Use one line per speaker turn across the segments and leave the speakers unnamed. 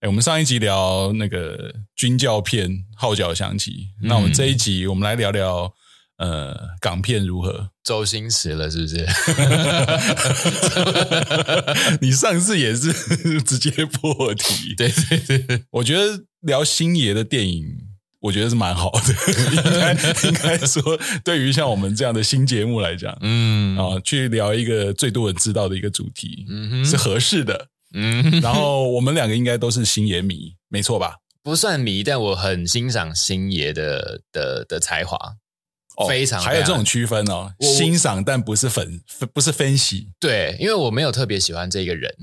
哎、我们上一集聊那个军教片《号角响起》，那我们这一集我们来聊聊呃港片如何？
周星驰了，是不是？
你上次也是 直接破题，
对对对，
我觉得聊星爷的电影。我觉得是蛮好的，应该应该说，对于像我们这样的新节目来讲，啊、
嗯
去聊一个最多人知道的一个主题、
嗯
是
哼，
合适的。
嗯，
然后我们两个应该都是星爷迷，没错吧？
不算迷，但我很欣赏星爷的的的才华，非常
哦还有这
非常
种区分哦，
我
欣赏但不是粉，不是分析
对，因为我没有特别喜欢这个人，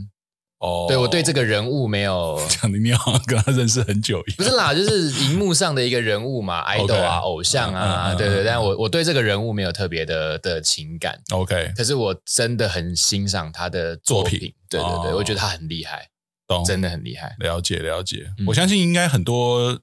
哦。
对我对这
个
个人物没有，
讲的你好像跟他认识很久一
不
样。
是啦，就是荧幕上的一个人物嘛
OK
，idol 啊，偶像啊，
嗯嗯嗯
对
嗯
对，
嗯
但我我对这个人物没有特别的的情感，
OK，
可是我真的很欣赏他的
作
作
品
品，对对对，
哦
我觉得他很厉害，
懂，
真的很厉害，
了解了解。
嗯
我相信应该很多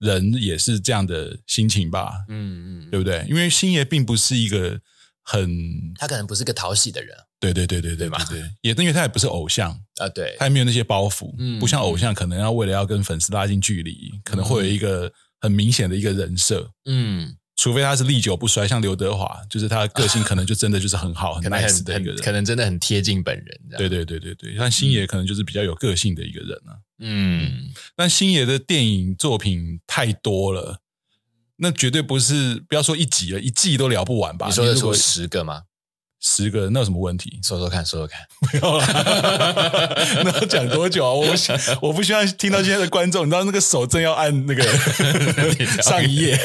人也是这样的心情吧，
嗯嗯
对
嗯，
不对？因为星爷并不是一个很
他可能不是个讨喜的人
对对对对对
对吧
对，对也因为他也不是偶像，
啊，对
他，也没有那些包袱，
嗯
不像偶像可能要为了要跟粉丝拉近距离，可能会有一个很明显的一个人设。
嗯。
除非他是历久不衰，像刘德华，就是他的个性可能就真的就是很好、很
可能
nice
很
的一个
很嗯
人。
可能真的很贴近本人这样。
对对对对对，但星爷可能就是比较有个性的一个人啊。
嗯，
但星爷的电影作品太多了，那绝对不是不要说一集了，一季都聊不完吧？
你说得
如
出
果
十个吗？？
十个，那有什么问题
说说看，说说看。
没有啦， 那要讲多久啊？我不想我不希望听到今天的观众，你知道那个手正要按 那个上一页，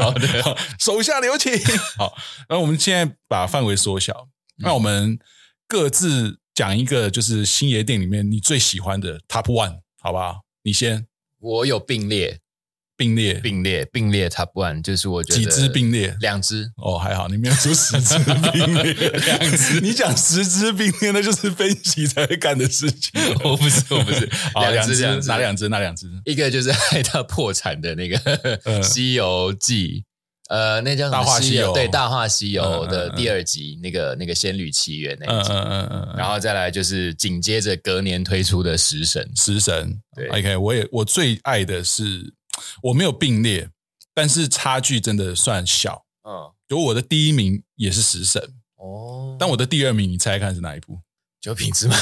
好的
好，手下留情。 好，那我们现在把范围缩小，那我们各自讲一个，就是星爷店里面你最喜欢的 Top One，好不好？你先
我有并列，
并列
并列，并列 Top One，就是我觉得
几只并列。
两只。
哦，还好你没有说十只并 列，
两只
你讲十只并列，那就是分析才会干的事 情。，
我不是，我不是
好， 两
两
只
只，
哪
两只？
两只？哪两只？
一个就是害他破产的那个
嗯
《西游记》。呃，那叫什么
大话西游
对，《大话西游
嗯嗯》
的
嗯
第二集，那个那个《仙女奇缘》那
嗯
一集，
嗯嗯嗯嗯，
然后再来就是紧接着隔年推出的《食神》，
食神。
对
OK，我也我最爱的是我没有并列，但是差距真的算小。
嗯，
就我的第一名也是食神，
哦，
但我的第二名，你猜看是哪一 部？
九品芝麻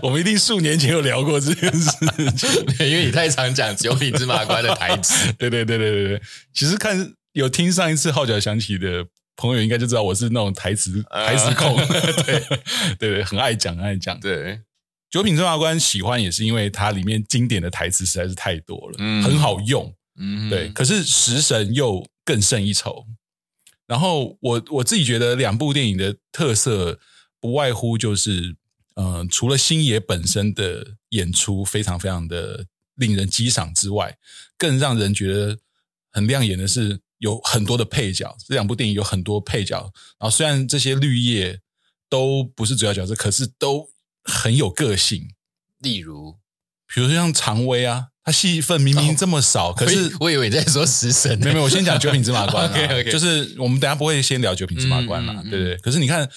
我们一定数年前有聊过这件事情。 。
对，因为你太常讲九品芝麻官的台词
对对对对对对，其实看有听上一次号角响起的朋友，应该就知道我是那种台词台词控， 对对对，很爱讲很爱讲。
对，
九品芝麻官喜欢也是因为它里面经典的台词实在是太多了，
嗯
很好用。
嗯
对，，可是食神又更胜一筹。然后我我自己觉得两部电影的特色不外乎就是，嗯、除了星爷本身的演出非常非常的令人激赏之外，更让人觉得很亮眼的是有很多的配角。这两部电影有很多配角，然后虽然这些绿叶都不是主要角色，可是都很有个性。
例如，
比如说像常威啊，他戏份明明这么少，可是
我以我以为你在说食神呢，
没有，没有，我先讲九品芝麻官、啊。
OK，OK
就是我们等一下不会先聊九品芝麻官啦、
嗯嗯嗯
对不对？可是你看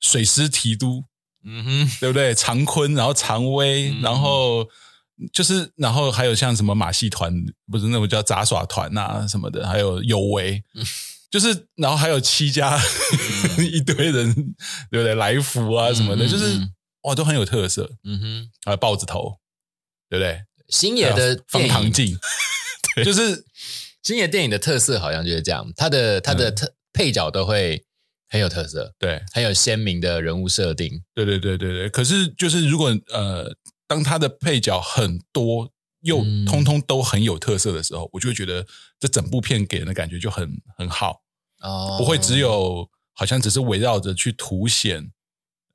水师提督，
嗯哼，
对不对？常坤，然后常威，
嗯
然后就是，然后还有像什么马戏团，不是那种叫杂耍团呐、什么的，还有有为，
嗯
就是，然后还有七家 一堆人，对不对？来福啊什么的，
嗯嗯
就是
嗯
哇，都很有特色。
嗯哼，
还有豹子头，对不对？
星爷的
方
电
唐
影，
镜，就是
星爷电影的特色好像就是这样，他的他
嗯
的特配角都会很有特色，
对。
很有鲜明的人物设定。
对对对对对。可是就是如果呃，当他的配角很多又
嗯
通通都很有特色的时候，我就会觉得这整部片给人的感觉就很很好，
哦
不会只有好像只是围绕着去凸显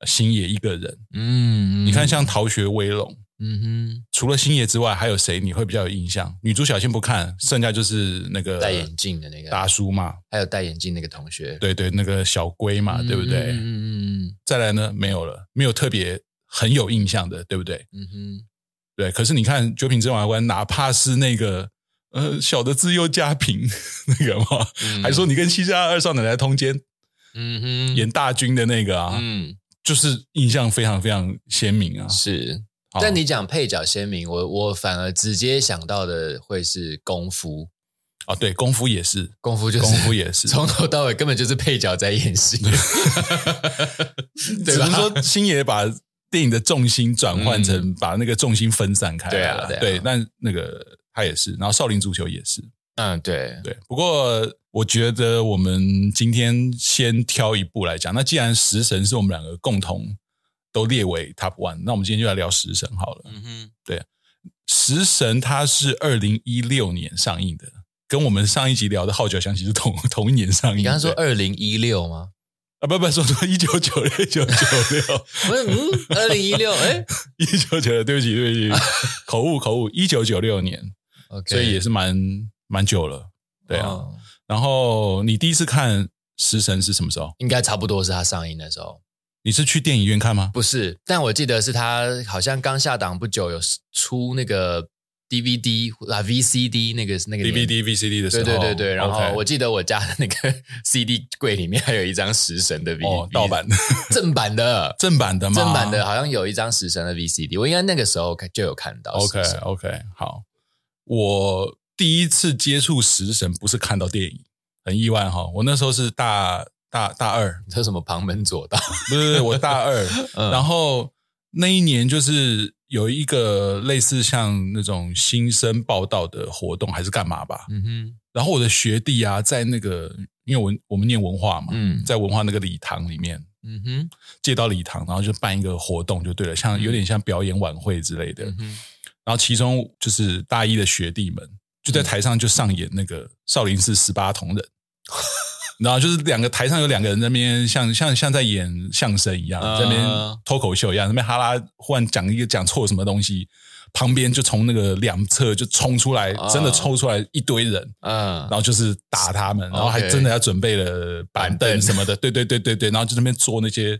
呃星爷一个人。
嗯，嗯
你看，，像《逃学威龙》。
嗯
除了星爷之外，还有谁你会比较有印象？女主角先不看，剩下就是那个
哼，戴眼镜的啊那个，
呃大叔嘛，
还有戴眼镜那个同学，
对对，那个小龟嘛，
嗯
对不对？
嗯嗯
再来呢，没有了，没有特别很有印象的，对不对？
嗯嗯哼，
对，可是你看《九品芝麻官》，哪怕是那个呃小的自幼家贫 那个嘛，
嗯
还说，你跟七家二少奶奶通奸、
嗯哼，
演大军的那个啊，
嗯
就是印象非常非常鲜明啊。
是，
哦
但你讲配角鲜明，我我反而直接想到的会是功夫，
啊，对，功夫也是，
功夫就是
功 夫也是，
从头到尾根本就是配角在演戏， 对
只
吧
能说 星爷把电影的重心转换成、
嗯
把那个重心分散开来
对啊
了
对啊
对，但那个他也是，然后少林足球也是，
嗯，对，
对。不过我觉得我们今天先挑一部来讲。那既然食神是我们两个共同都列为 Top One，那我们今天就来聊食神好了。
嗯哼，
食神它是二零一六年上映的，跟我们上一集聊的《号角响起》是同 同一年上映的。
你刚刚说
对
二零一六吗？
啊，不不，说说一九九六，一九九六。
我说嗯，二零一六，哎
一九九六，对不起，对不起， 口误口误，一九九六年，
，OK，
所以也是蛮蛮久了，对啊。
哦
然后你第一次看《食神》是什么时候？
应该差不多是他上映的时候，
你是去电影院看吗？
不是，但我记得是他好像刚下档不久，有出那个 DVD 啊 VCD 那个那个年
DVD、VCD 的时
对
候，
对对对，然后
OK
我记得我家的那个 CD 柜里面还有一张食神的 V，、
哦，盗版
正版的，
正版的吗？
正版的好像有一张食神的 VCD，我应该那个时候看就有看到。
，OK
食神
OK，好。我第一次接触《食神》不是看到电影，很意外哈。我那时候是大大大二，
这什么旁门左道？
不是不是我大二，
嗯
然后那一年就是有一个类似像那种新生报道的活动，还是干嘛吧。
嗯哼，
然后我的学弟啊，在那个因为我我们念文化嘛，
嗯
在文化那个礼堂里面
嗯哼，
借到礼堂，然后就办一个活动就对了，像
嗯
有点像表演晚会之类的。
嗯哼，
然后其中就是大一的学弟们就
嗯
在台上就上演那个少林寺十八 铜人。然后就是两个台上有两个人在那边像像像在演相声一样，
啊
在那边脱口秀一样，在那边哈拉忽然讲一个讲错什么东西，旁边就从那个两侧就冲出来，
啊
真的抽出来一堆人，然
嗯，
后就是打他们，然后还
OK
真的要准备了板凳什么的，对对对对对，然后就在那边做那些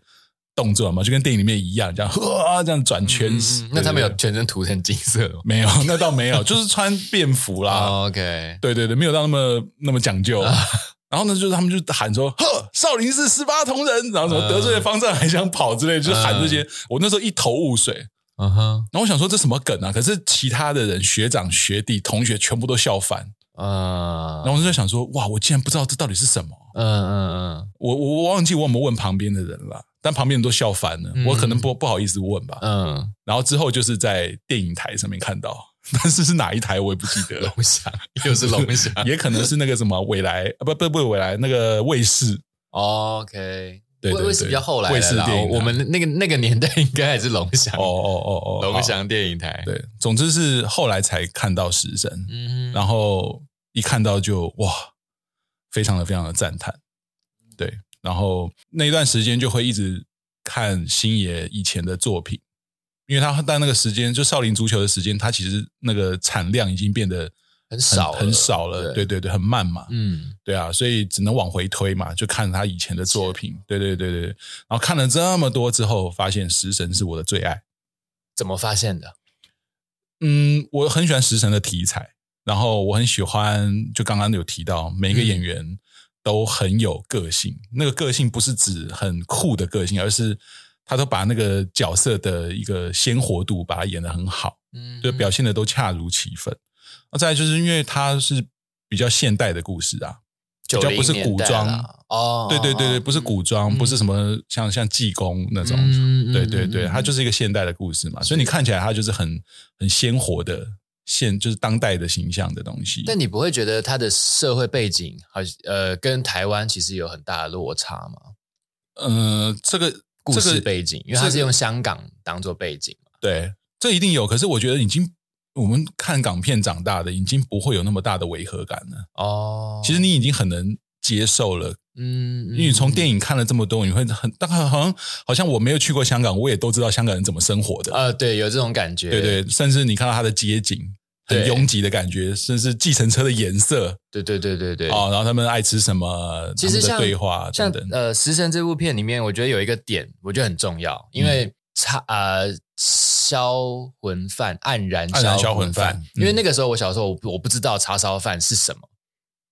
动作嘛，就跟电影里面一样，这样呵这样转圈
嗯，嗯那他们
对对对
有全身涂成金色吗
没有，那倒没有，就是穿便服啦。
哦？OK，啊
对对对，没有到那么那么讲究。然后呢，就是他们就喊说：“呵，少林寺十八铜人，然后什么
嗯
得罪了方丈还想跑之类，就是喊这些。我那时候一头雾水，
嗯哼，
然后我想说这什么梗啊？可是其他的人、学长、学弟、同学全部都笑翻。然
嗯
后我就在想说：哇，我竟然不知道这到底是什么。
嗯嗯
我我我忘记我有没有问旁边的人了，但旁边人都笑翻了，
嗯
我可能不不好意思问吧。
嗯
然后之后就是在电影台上面看到， 但是是哪一台我也不记得
嗯，
了。
龙翔 又是 龙翔
也可能是那个什么未来，啊不不不，未来那个卫视，
哦，OK。
对对
卫
对
卫视比较后来
卫视
的啦，
电影台啊
我我们那个那个年代应该还是龙翔
哦哦哦哦，
龙
好
翔电影台。
对，总之是后来才看到食神，
嗯哼，
然后一看到就哇，非常的非常的赞叹，对，然后那一段时间就会一直看星爷以前的作品，因为他在那个时间就少林足球的时间，他其实那个产量已经变得
很少
很
了
少了，对
对
对对，很慢嘛，
嗯
对啊，所以只能往回推嘛，就看他以前的作品。对对对对对，然后看了这么多之后，发现食神是我的最爱。
怎么发现的？
嗯，我很喜欢食神的题材，然后我很喜欢，就刚刚有提到，每一个
嗯
演员都很有个性。那个个性不是指很酷的个性，而是他都把那个角色的一个鲜活度把它演得很好。
嗯
就表现的都恰如其分。那再来就是因为它是比较现代的故事啊，比较
90
不是古
年代
装
啦哦，
对对对对，
哦
不是古装，
嗯
不是什么像像济公那种，
嗯嗯
对
嗯
对对，
嗯
它就是一个现代的故事嘛，所以你看起来它就是很很鲜活的现，就是当代的形象的东西。
但你不会觉得他的社会背景好呃跟台湾其实有很大的落差吗？
呃，这个
故
这
事
个
背景，因为他
这
是
个
用香港当做背景嘛。
对，这一定有，可是我觉得已经。我们看港片长大的，已经不会有那么大的违和感了。
哦，
其实你已经很能接受了
嗯，嗯，
因为你从
影
电影看了这么多，你会很，但好像好像我没有去过香港，我也都知道香港人怎么生活的，
呃，对，有这种感觉，
对对，甚至你看到它的街景。很
对
拥挤的感觉，甚至计程车的颜色
对对对对对。
哦，然后他们爱吃什么，
其实
他们的
像
对话
像
啊等等，
呃《食神》这部片里面，我觉得有一个点，我觉得很重要，因
嗯
为差呃销魂饭黯然
黯然销
销
魂
魂
饭
饭，因为
嗯
那个时候我小时候我不我不知道叉烧饭是什么，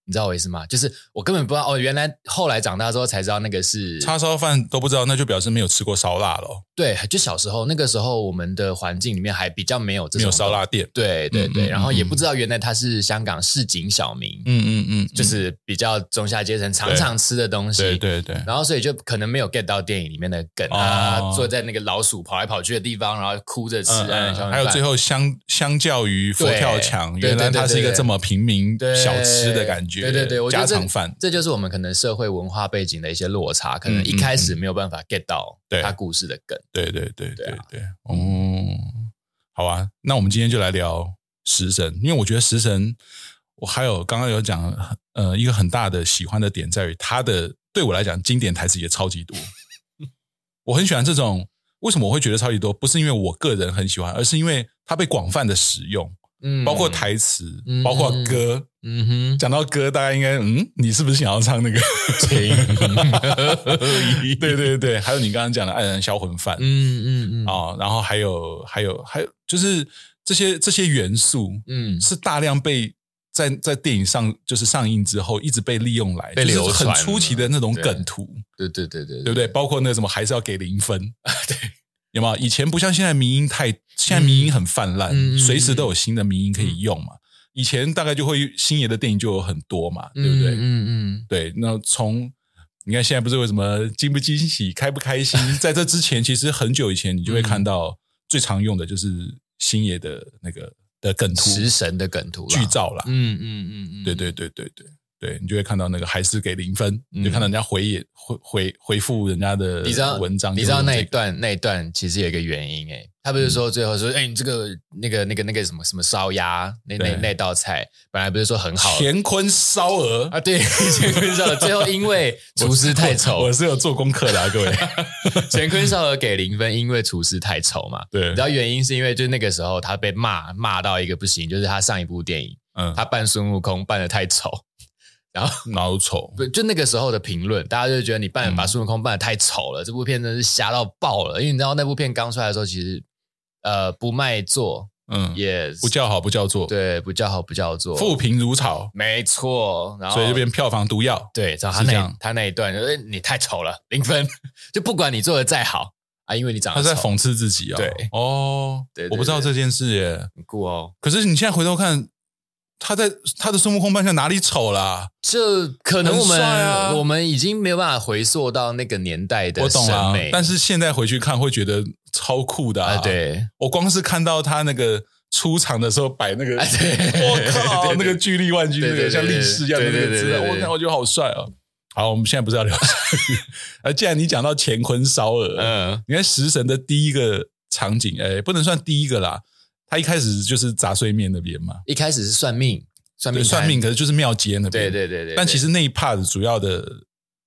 你知道我意思吗？就是我根本不知道哦，原来后来长大之后才知道那个是
叉烧饭都不知道，那就表示没有吃过烧腊咯，
对，就小时候那个时候我们的环境里面还比较没有这
没
种
有烧腊店。
对对
嗯
对，
嗯
然后也
嗯
不知道原来它是香港市井小民，
嗯嗯嗯，嗯
就是比较中下阶层常常吃的东西。
对对对，
然后所以就可能没有 get 到电影里面的梗
哦
啊，坐在那个老鼠跑来跑去的地方，然后哭着吃
嗯
啊
嗯，
小米
还有
饭
最后相相较于佛跳墙，
对
原来它是一
对对对
个
对
这么平民
对
小吃的感觉，
对对对，我觉
家
得这
常饭。嗯
这就是我们可能社会文化背景的一些落差，可能一开始没有办法 get 到
对
他故事的梗。
对对对对
对啊嗯
对，哦，好啊，那我们今天就来聊食神，因为我觉得食神，我还有刚刚有讲，呃，一个很大的喜欢的点在于他的对我来讲，经典台词也超级多，我很喜欢这种。为什么我会觉得超级多？不是因为我个人很喜欢，而是因为它被广泛的使用，
嗯
包括，台词，
嗯
包括
嗯
歌。
嗯哼，
讲到歌，大家应该嗯，你是不是想要唱那个？ 对对对，还有你刚刚讲的《黯然销魂饭》
嗯嗯嗯，
啊、然后还有还有还有，就是这些这些元素
嗯，
是大量被在在电影上就是上映之后一直被利用来，
被
就是
流传
很出奇的那种梗图，
对对对对啊
对不对？包括那什么还是要给零分，对。有没有？以前不像现在民音太，现在民音很泛滥，
嗯嗯嗯
随时都有新的民音可以用嘛。以前大概就会星爷的电影就有很多嘛，对不对？
嗯嗯
对，那从你看现在不是为什么惊不惊喜、开不开心， 在这之前，其实很久以前你就会看
嗯
到最常用的就是星爷的那个的梗
嗯，
图
食神的梗图啦
剧，照啦，
嗯嗯嗯嗯，
对对对对对对，你就会看到那个还是给零分，
嗯
你就看到人家回也回回回复人家的
你知道
文章，
你知道那一
一
段那一段其实有一个原因诶、欸
嗯
他不是说最后说，哎、你这个那个那个那个什么什么烧鸭那那
对
那道菜，本来不是说很好
乾坤烧鹅
啊，对， 乾坤烧鹅，最后因为厨师太
我
丑
我，是有做功课的啊，各 位，
乾坤烧鹅给零分，因为厨师太丑嘛。
对
你知，道原因是因为就是那个时候他被骂骂到一个不行，就是他上一部电影
嗯，
他扮孙悟空扮的太丑，
脑丑，
不就那个时候的评论，大家就觉得你扮
嗯
把孙悟空扮的太丑了，这部片真是瞎到爆了。因为你知道那部片刚出来的时候，其实呃不卖座，
嗯，
也
不叫好不叫座，
对不叫好不叫座，
富评如潮，
没错，然后
所以就变票房毒药。
对，然后他
是这
那
样
他那一段就是你太丑了，零分， 就不管你做的再好啊，因为你长
他
得
在
丑
讽刺自己哦。
对
哦，
对对
我不知道这件事耶。
很酷哦，
可是你现在回头看，他在他的孙悟空扮相哪里丑啦、
这可能我
很
们、
帅啊
我们已经没有办法回溯到那个年代的
我懂
审
啊
美，，
但是现在回去看会觉得超酷的啊！
啊，，对，
我光是看到他那个出场的时候摆那个，
啊 对
我靠，
对对对
那个巨力万钧，
对
那
对
个
对
像力
对
士一样的那
对
个
对对
姿
对
势，
对
我看我觉得好帅哦。好，我们现在不是要聊， 啊，既然你讲到乾坤烧鹅，
嗯
你看食神的第一个场景，哎，不能算第一个啦，他一开始就是杂碎面那边嘛，
一开始是算命，算
对，
命，
算命，，可是就是庙街那
对
边。
对对对，
但其
实
实那一 part 主要的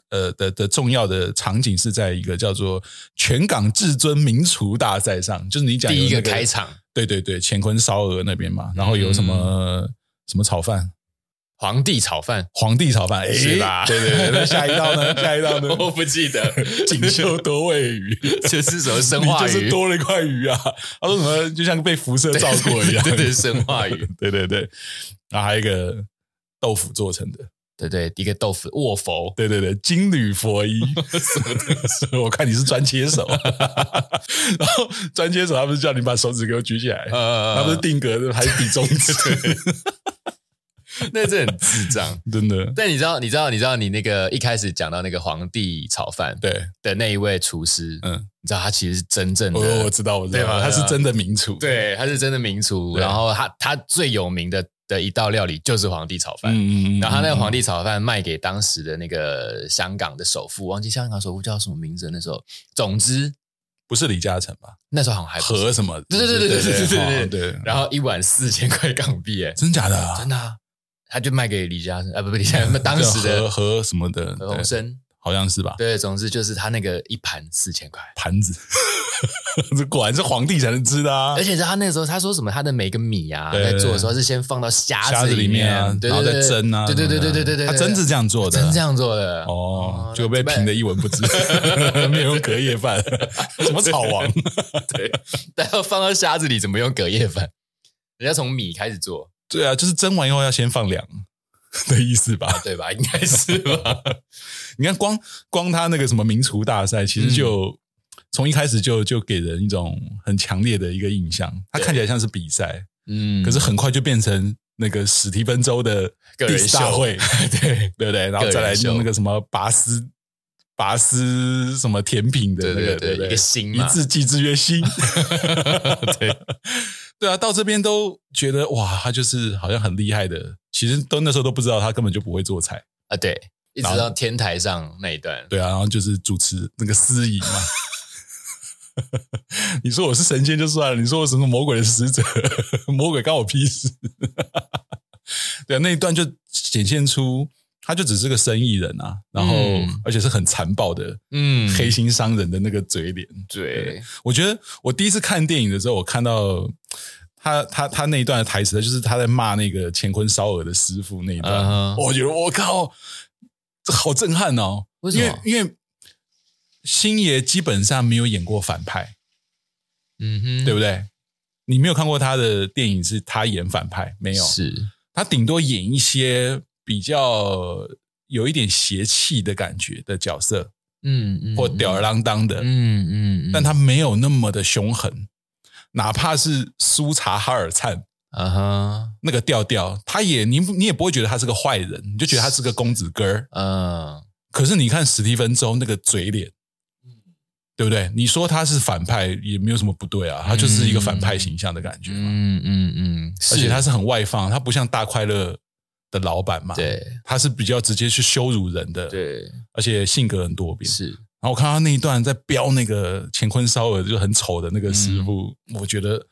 呃的的重要的场景是在一个叫做全港至尊名厨大赛上，就是你讲有
第一个
那
开，场
对对对，乾坤烧鹅那边嘛，然后有什么、
嗯
什么炒饭，
皇帝炒饭
皇帝炒饭，哎
是哦吧
对对对，那下一道呢？下一道呢？
我不记得，
锦绣多味鱼。
这是什么 生
你
化
就
鱼
是？多了一块鱼啊！他说什么就像被辐射照过一样，
对对对生化鱼，
对对对。然后还有一个豆腐做成的，
对对，一个豆腐 卧佛，
对对对，金缕佛 衣，我看你是专切手，然后专切手他不是叫你把手指给我举起来，啊他不
呃
是，定格的，还是比中 指，
那这很智障。
真的，
但你知道，你知道，你知道，你那个一开始讲到那个皇帝炒饭
对，
的那一位厨师，
嗯，
你知道他其实是真正
我我
的，
知道，我知
对吧
道，他是
对吧
真的名厨，，
对，他是真的名厨。
对
然后他他最有名的的一道料理就是皇帝炒饭。
嗯嗯嗯，
然后他那个皇帝炒饭卖给当时的那个香港的首富，忘记香港首富叫什么名字了。那时候，总之
不是李嘉诚吧？
那时候好像还不是
和什么？
对对对对对对对
对哦对，
然后一碗四千块港币，哎，
真假的啊？
真的、啊，他就卖给李嘉诚啊，不不，李嘉 诚，那当时
和
的
和什么的，对
何鸿燊。
好像是吧？
对，总之就是他那个一盘四千块，
盘子，这 果然是皇帝才能吃的啊
而！且是他那时候他说什么，他的每个米啊，
对
在做的时候是先放到
虾
匣
子
里
里面啊，
对
然后
对
再
对，
蒸啊，
对对对
什
对
么的
对对对，
他真是这样做的，
真这样做的，
哦
哦，
就被
那
评的一文不 值，没有用隔夜 饭，什么炒王，
对，但要放到匣子里怎么用隔夜饭？人家从米开始做，
对啊，就是蒸完以后要先放凉， 的意思吧？
对吧？应该是吧。
你看光，光他那个什么民厨大赛，其实就、从一开始就就给人一种很强烈的一个印象。他
对
看起来像是比赛，
嗯，
可是很快就变成那个史蒂芬周的
个
第
人
四大
秀
会， 对对不对？然后再来
秀
弄那个什么拔丝拔丝什么甜品的
对
那
对
个，
对，
不对
一个心
一
嘛，
字记之曰心。 对对啊，到这边都觉得哇，他就是好像很厉害的。其实都那时候都不知道他根本就不会做菜，
啊，对，一直
然后
到天台上那一段，
对啊，然后就是主持那个司仪嘛。 你说我是神仙就算了，你说我什么魔鬼的使者， 魔鬼干我屁事。 对啊，那一段就显现出他就只是个生意人啊，然后、
嗯
而且是很残暴的、
嗯
黑心商人的那个嘴脸。
对，
我觉得我第一次看电影的时候，我看到他他他那一段的台词，就是他在骂那个乾坤烧鹅的师傅那一段
嗯哼
我觉得我靠，这好震撼哦！
为什
因为
么？
因为星爷基本上没有演过反派，
嗯哼，
对不对？你没有看过他的电影是他演反派没有？
是，
他顶多演一些比较有一点邪气的感觉的角色，
嗯嗯，
或吊儿郎当的，
嗯，嗯嗯，
但他没有那么的凶狠，哪怕是苏察哈尔灿
啊哈，
那个调调，他也你你也不会觉得他是个坏人，你就觉得他是个公子哥儿。
嗯，
可是你看史蒂芬周那个嘴脸，对不对？你说他是反派也没有什么不对啊，他就是一个反派形象的感觉嘛。
嗯嗯嗯，
而且
是
他是很外放，他不像大快乐的老板嘛，
对
他是比较直接去羞辱人的，，
对
而且性格很多变。
是，
然后我看他那一段在飙那个乾坤烧鹅，就很丑的那个师傅，我觉得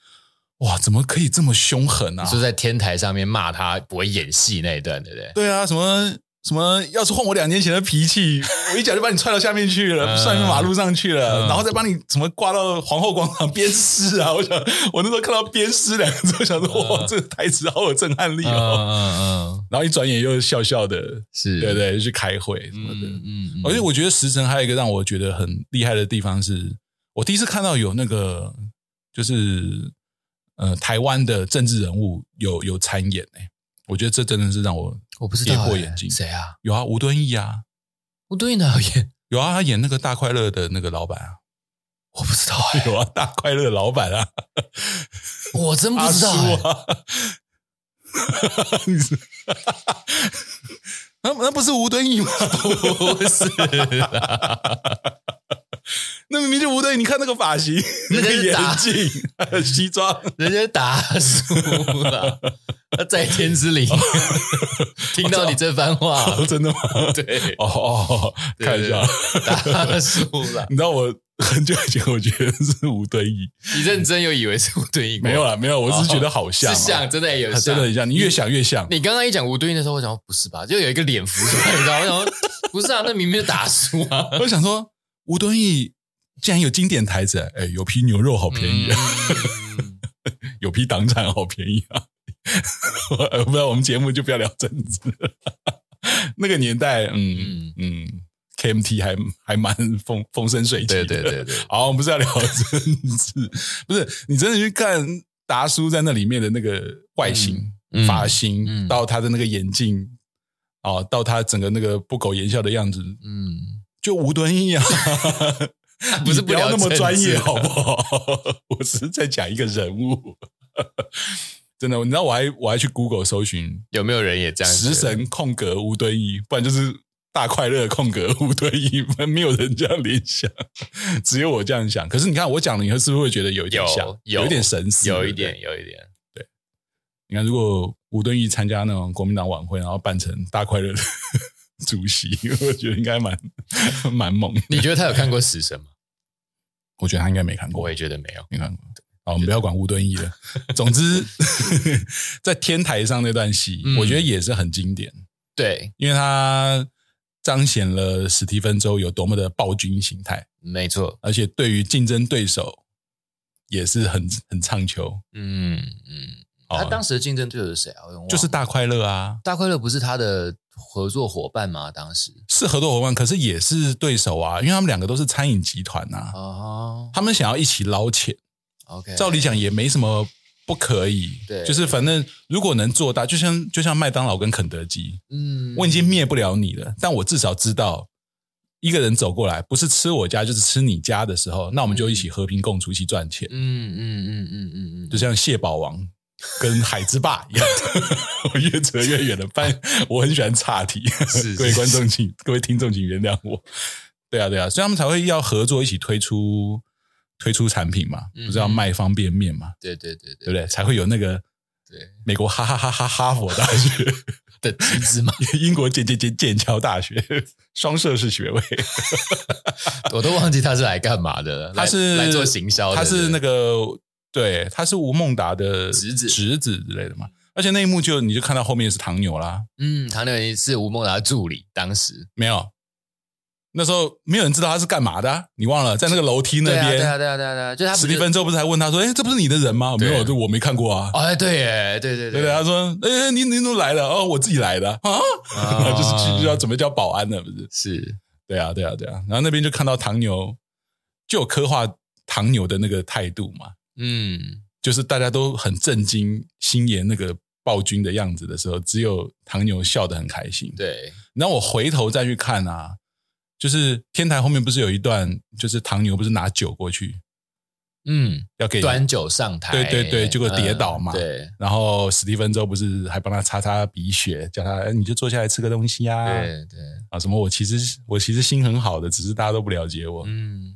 哇，怎么可以这么凶狠啊？
嗯就在天台上面骂他不会演戏那一段，对不对？
对啊，什么什么，要是换我两年前的脾气，我一脚就把你踹到下面去了，
嗯
踹到马路上去了，
嗯
然后再把你什么挂到皇后广场鞭尸啊！我想，我那时候看到鞭尸两个字，我想说，哇，
嗯
这个台词好有震撼力
嗯
哦。
嗯嗯，
然后一转眼又笑笑的，
是，
对，对，就去开会什么的。
嗯嗯，
而且我觉得《时辰》还有一个让我觉得很厉害的地方是，我第一次看到有那个就是呃台湾的政治人物有有参演哎、我觉得这真的是让我
我不知
跌
道
破
欸
眼镜
谁啊？
有啊，吴敦义啊，
吴敦义哪有演？
有啊，他演那个大快乐的那个老板啊，
我不知道
有啊，大快乐的老板啊，
哎，我真不
阿
知
叔
道欸。
啊， 你是那那不是吴敦义吗？
不是
那明明就吴敦义，你看那个发型、那
人家
个
是
眼
打
镜、 还有西装，
人家打输了，他在天之灵听到你这番话，
哦，真的吗？
啊对，
哦哦，哦
对
看一下，
打输了，
你知道我很久以前我觉得是吴敦义，
你认真有以为是吴敦义？
没有，啦，没有，我只是觉得好像
是
啊，
像真的有
他真的很像，你越想越像。
你刚刚一讲吴敦义的时候，我想说不是吧，就有一个脸浮出来，你知道吗？我想说不是啊，那明明就打输啊，
我想说，吴敦义竟然有经典台词，哎，有批牛肉好便宜啊，
嗯
有批党产好便宜啊。我我不知道，我们节目就不要聊政治。那个年代，嗯
嗯
嗯，KMT 还还蛮风风生水起
对
的。
对对对，
好，我们不是要聊 政治，不是你真的去看达叔在那里面的那个外形、
嗯嗯
发型，
嗯
到他的那个眼镜，哦，到他整个那个不苟言笑的样子，
嗯，
就吴敦义啊，
不是
你
不
不要
聊
那么
政
专
治
业好 不好？我只是在讲一个人物， 真的，你知道我还我还去 Google 搜寻
有没有人也这样？
食，神空格吴敦义，不然就是大快乐空格吴敦义，没有人这样联想， 只有我这样想。可是你看我讲了以后，是不是会觉得有一点像，
有有
一点神似，
有
对
一
不对
点，有一点，
你看，如果吴敦义参加那种国民党晚会，然后扮成大快乐的 主席，我觉得应该蛮 蛮猛的。
你觉得他有看过《死神》 吗？
我觉得他应该没看过，
我也觉得没有。
没看过。好，我们不要管吴敦义了。总之， 在天台上那段戏，
嗯
我觉得也是很经典。
对，
因为它彰显了史蒂芬周有多么的暴君形态，
没错。
而且对于竞争对手也是很很唱求。
嗯嗯，
哦
他当时的竞争对手是谁啊？我有点忘了
就是大快乐啊，
大快乐不是他的合作伙伴吗？当时
是合作伙伴，可是也是对手啊，因为他们两个都是餐饮集团呐、啊，
哦
他们想要一起捞钱，
，OK，
照理讲也没什么不可以，
对
就是反正如果能做到，就像就像麦当劳跟肯德基，
嗯，
我已经灭不了你了，但我至少知道一个人走过来，不是吃我家就是吃你家的时候，那我们就一起和平共处，一起赚钱，
嗯嗯嗯嗯嗯嗯，
就像蟹堡王跟海之霸一样的， 我越扯越远了。但我很喜欢岔题，
是
各位观众请各位听众请原谅我。对啊，对啊，所以他们才会要合作一起推出推出产品嘛，
嗯
不是要卖方便面嘛，
对对对
对不
对
对？才会有那个
对
美国哈哈哈哈哈佛大学、
的机制嘛，
英国剑剑剑剑桥大学双硕士学位，
我都忘记他是来干嘛的 了，
他
来
是
来做行销的，
他是那
个
个对，他是吴孟达的
侄子
侄子之类的嘛。而且那一幕就你就看到后面是唐牛啦，
嗯，唐牛云是吴孟达的助理，当时
没有，那时候没有人知道他是干嘛的啊、你忘了在那个楼梯那
对啊
边，
对啊对啊对啊对啊，就是他
史
不
蒂
是
芬周不是还问他说：“哎、这不是你的人吗？”没
对
有，这我没看过啊。
哦哎对耶对对
对对，他说：“哎、你你怎么来了？哦，我自己来的啊，
啊
就是去就要准备叫保安了，不是？
是
对啊，对啊，对啊。然后那边就看到唐牛，就有刻画唐牛的那个态度嘛，
嗯
就是大家都很震惊星爷那个暴君的样子的时候，只有唐牛笑得很开心。
对
然后我回头再去看啊，就是天台后面不是有一段，就是唐牛不是拿酒过去
嗯
要给，
端酒上台，
对对对结果跌倒嘛
嗯对
然后史蒂芬周不是还帮他擦擦鼻血，叫他哎你就坐下来吃个东西呀、啊，
对对
啊什么我其实我其实心很好的，只是大家都不了解我。
嗯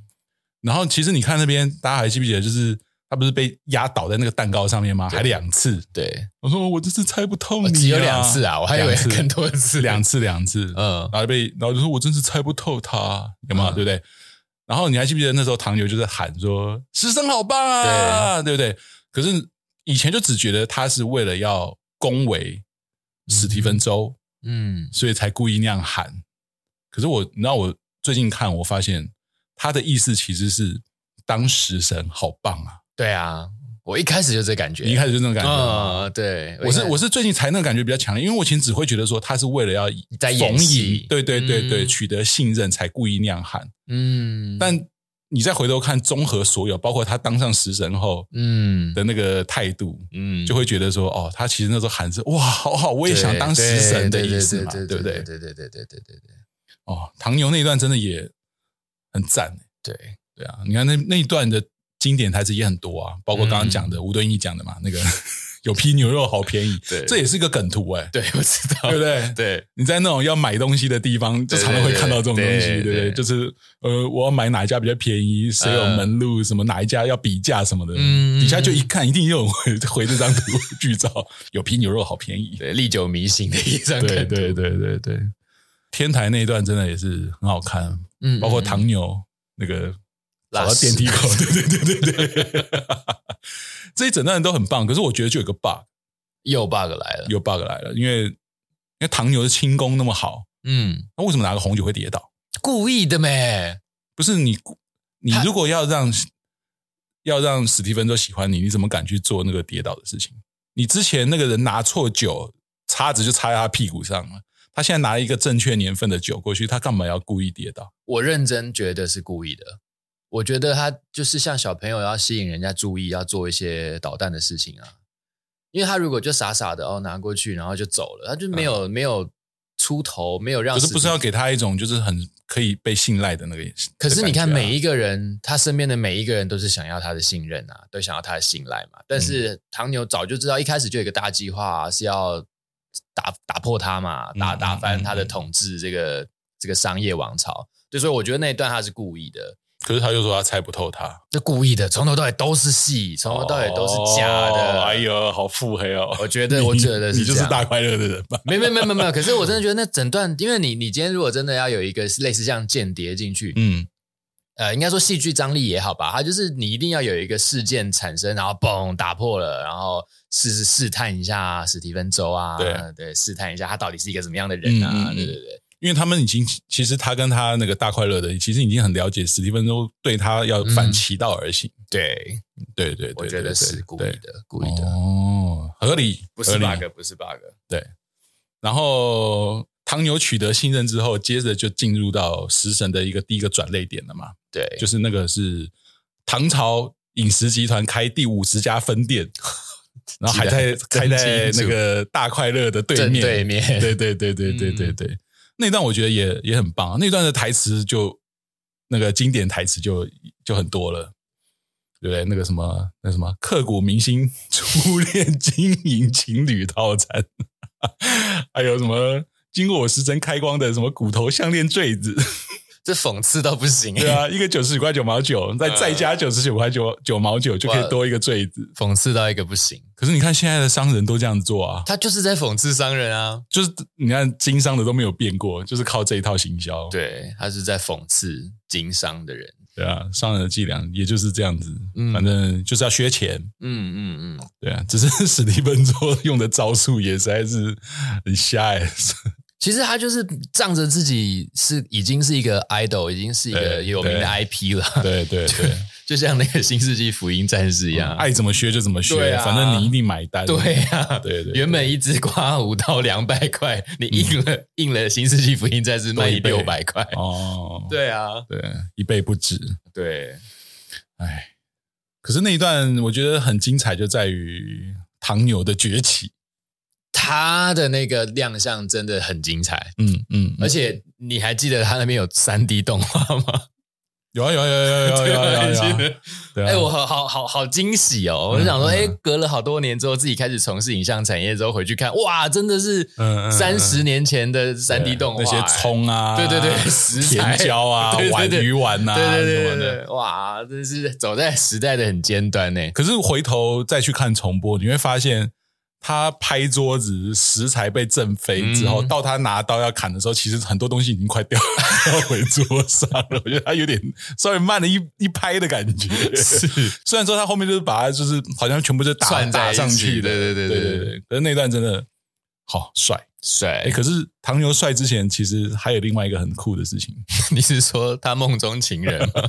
然后其实你看那边，大家还记不记得，就是他不是被压倒在那个蛋糕上面吗？还两次，
对，
我说我这次猜不透你、
哦
啊，
只有两次
啊，
啊，我还以为
两次
更多次，
两次两次，
嗯
然后被然后就说我真是猜不透他，啊有没有？
嗯
对不对？然后你还记不记得那时候唐牛就是喊说“师生好棒啊”，对不对？可是以前就只觉得他是为了要恭维史蒂芬周，
嗯
所以才故意那样喊。可是我，你知道我最近看，我发现他的意思其实是当食神好棒啊！
对啊，我一开始就这感觉，
你一开始就那种感觉吗。
嗯对，
我是
一开
我是最近才那个感觉比较强烈，因为我以前只会觉得说他是为了要以
在演戏
逢迎对对对对，
嗯
取得信任才故意那样喊。
嗯，
但你再回头看，综合所有，包括他当上食神后
嗯
的那个态度，
嗯
就会觉得说，哦，他其实那时候喊是哇，好好，我也想当食神的意思嘛，
对
对不
对
对？
对对对对对对对
哦，唐牛那一段真的也很赞，
对，
对啊，你看那那一段的经典台词也很多啊，包括刚刚讲的
嗯
吴敦义讲的嘛，那个 有批牛肉好便宜，
对哦
这也是一个梗图哎、
对 我知道，
对不对？
对
你在那种要买东西的地方，就
对
常常会看到这种东西，
对
对
对
不对？
对
就是呃，我要买哪一家比较便宜，谁有门路，什么哪一家要比价什么的，
嗯
底下就一看，一定又有人回回这张图 剧照，有批牛肉好便 宜，
对，历久弥新的一张梗
对
图，
对对对对。天台那一段真的也是很好看，
嗯，嗯
包括唐牛那个
拉
跑到电梯
屎
口，对对对对对， 这一整段都很棒。可是我觉得就有个 bug，
又 bug 来了，
有 bug 来了，因为因为唐牛的轻功那么好，
嗯，
那为什么拿个红酒会跌倒？
故意的咩？
不是你，你
他
如果要让要让史蒂芬都喜欢你，你怎么敢去做那个跌倒的事情？你之前那个人拿错酒，叉子就插在他屁股上了。他现在拿一个正确年份的酒过去，他干嘛要故意跌倒？
我认真觉得是故意的。我觉得他就是像小朋友要吸引人家注意，要做一些捣蛋的事情啊。因为他如果就傻傻的哦拿过去，然后就走了，他就没有、没有出头，没有让
嗯可是
史
不是
蒂
要给他一种就是很可以被信赖的那个？
可是你看，
的感觉啊
每一个人，他身边的每一个人都是想要他的信任啊，都想要他的信赖嘛。
嗯
但是唐牛早就知道，一开始就有一个大计划、啊、是要打打破他嘛，
嗯
打
嗯
打翻他的
嗯嗯
统治这个这个商业王朝。对，所以我觉得那一段他是故意的，
可是他又说他猜不透他，哦
就故意的，从头到尾都是戏，从哦头到尾都是假的。
哦哎，呦，好腹黑哦！
我觉得，我觉得
你你就
这
是
样
大快乐的人吧？
没没没没没有，可是我真的觉得那整段，因为你你今天如果真的要有一个类似像间谍进去，
嗯，
呃，应该说戏剧张力也好吧，它就是你一定要有一个事件产生，然后嘣打破了，然后试试探一下史蒂芬周啊，
对
对，试探一下他到底是一个什么样的人啊，
嗯嗯嗯
对对对，
因为他们已经其实他跟他那个大快乐的，其实已经很了解史蒂芬周对他要反其道而行。
对，
对对对，
嗯我觉
对
得是故意，的，故意
对
的，
哦，合理，
不是
合理
bug，不是 bug，
对。然后唐牛取得信任之后，接着就进入到食神的一个第一个转类点了嘛，
对，
就是那个是唐朝饮食集团开第五十家分店，然后还在开在
真
那
清楚
个大快乐的对
正
面，
对面，
对对对对对对对，那段我觉得也也很棒，那段的台词就那个经典台词就就很多了，对不对？那个什么那什么刻骨铭心初恋经营情侣套餐， 还有什么经过我时针开光的什么骨头项链坠子，
这讽刺到不行，
对啊，一个九十九块九毛九，再再加九十九块九九毛九就可以
哇
多一个坠子。
讽刺到一个不行。
可是你看现在的商人都这样做啊，
他就是在讽刺商人啊，
就是你看经商的都没有变过，就是靠这一套行销。
对他是在讽刺经商的人。
对啊，商人的伎俩也就是这样子，
嗯
反正就是要削钱。
嗯嗯嗯，
对啊，只是史蒂芬周用的招数也实在是很瞎 哎、
其实他就是仗着自己是已经是一个 idol，已经是一个
对
有名的
对
IP 了，
对对对，
就像那个《新世纪福音战士》一样。
爱怎么削就怎么
对
削，
啊
反正你一定买单。
对啊，
对对嗯对
原本一只瓜五到两百块，你印了、印了《新世纪福音战士》卖
多一倍
六百块，
哦，
对啊，
对，一倍不止。
对，
哎，可是那一段我觉得很精彩，就在于唐牛的崛起。
他的那个亮相真的很精彩，
嗯嗯，
而且你还记得他那边有三 D 动画吗？
有啊有啊有啊 有啊有啊有啊有啊 有 啊，对啊，
哎，我好好好好惊喜哦！我
嗯
就想说，哎，隔了好多年之后，自己开始从事影像产业之后，回去看，哇，真的是
嗯嗯嗯
三十年前的三 D 动画，欸
那些葱啊，
对 对对食材
甜椒啊
对对，
碗
对
鱼丸啊，
对对对
什
对
么的
对，哇，真是走在时代的很尖端呢。
可是回头再去看重播，你会发现他拍桌子食材被震飞之后，
嗯
到他拿刀要砍的时候，其实很多东西已经快掉掉回桌上了。我觉得他有点稍微慢了一一拍的感觉。
是，
虽然说他后面就是把它就是好像全部就打
串在
打
一起
上去的，
对对对
对
对
对。可是那段真的好帅。哎、
帅！
可是唐牛帅之前，其实还有另外一个很酷的事情，
你是说他梦中情人 吗？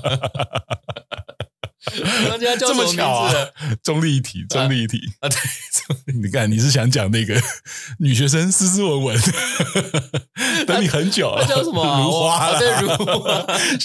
人家
这
叫什
么
名字
巧啊
了？！
中立一体，中立一体。
啊，对，
你看，你是想讲那个 女学生斯斯文文，等你很久了，
他叫什么 啊
如花
我
啦，
啊对 如花
师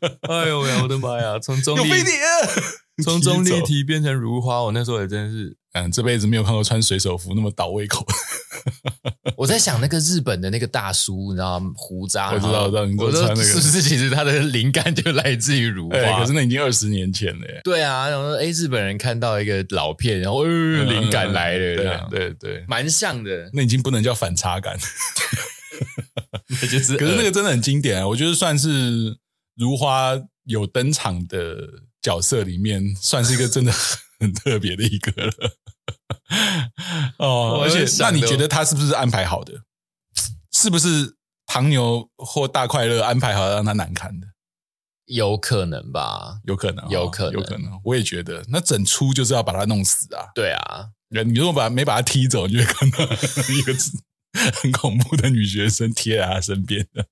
长
哎呦喂，我的妈呀！从中
有
立
飞碟，
从中立
走。
体变成如花，我那时候也真是，
嗯，这辈子没有看过穿水手服那么倒胃口。
我在想那个日本的那个大叔，你知道吗？胡渣，
我知道
然
我知
后
道你说
我
穿
说
那个
是不是？其实他的灵感就来自于如花。
哎、可是那已经二十年前了耶，
对啊，然后哎，日本人看到一个老片，然后呃灵感来了，这样
对对对，
蛮像 的，
那已经不能叫反差感。
就是
可是那
呃
个真的很经典，我觉得算是如花有登场的角色里面，算是一个真的很特别的一个了。哦，
我
而
也
且那
想
你
的
觉得他是不是安排好的？是不是唐牛或大快乐安排好让他难堪的？
有可能吧？
有可能哦、
有可能
有可能。我也觉得，那整出就是要把他弄死啊！
对啊，
你如果把没把他踢走，你就会看到一个很恐怖的女学生贴在他身边的。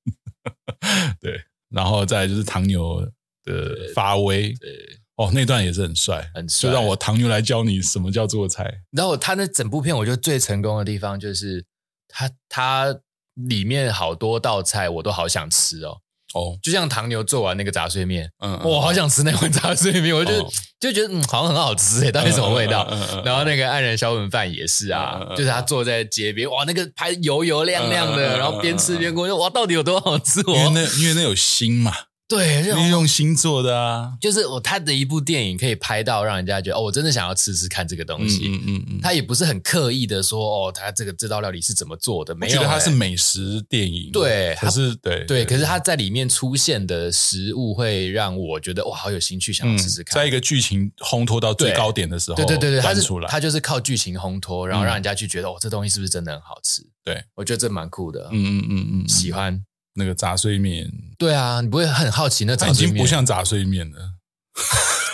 对，然后再来就是唐牛的发威，
对，
哦，那段也是很帅，
很帅
就让我唐牛来教你什么叫做菜。
然后他那整部片，我觉得最成功的地方就是他他里面好多道菜我都好想吃哦，
哦，
就像唐牛做完那个杂碎面，
嗯
我好想吃那碗杂碎面，我就、
哦
就觉得嗯，好像很好吃诶，到底什么味道？
嗯嗯嗯嗯嗯
然后那个黯然销魂饭也是啊，
嗯嗯嗯
就是他坐在街边，哇，那个拍油油亮亮
嗯嗯嗯
的，
嗯
然后边吃边跟我说，哇，到底有多好吃？
因为
我
那因为那有心嘛，
对，
因
就
为用心做的啊。
就是我他的一部电影可以拍到让人家觉得哦，我真的想要吃吃看这个东
嗯
西。
嗯嗯嗯，
他也不是很刻意的说哦，他这个这道料理是怎么做的，
我
没
觉
有、
得他是
欸
美食电影，
对
可是对
对，可是他在里面出现的食物会让我觉得哇，好有兴趣，想要
嗯
吃吃，看。
在一个剧情烘托到最高点的时候，
对对对对，他
端
是
出来，
他就是靠剧情烘托，然
嗯
后让人家去觉得、哦，这东西是不是真的很好吃？
对，
我觉得这蛮酷的，
嗯嗯嗯嗯，
喜欢。
那个杂碎面，
对啊，你不会很好奇那
它
杂
已
碎
经
面
不，像杂碎面了，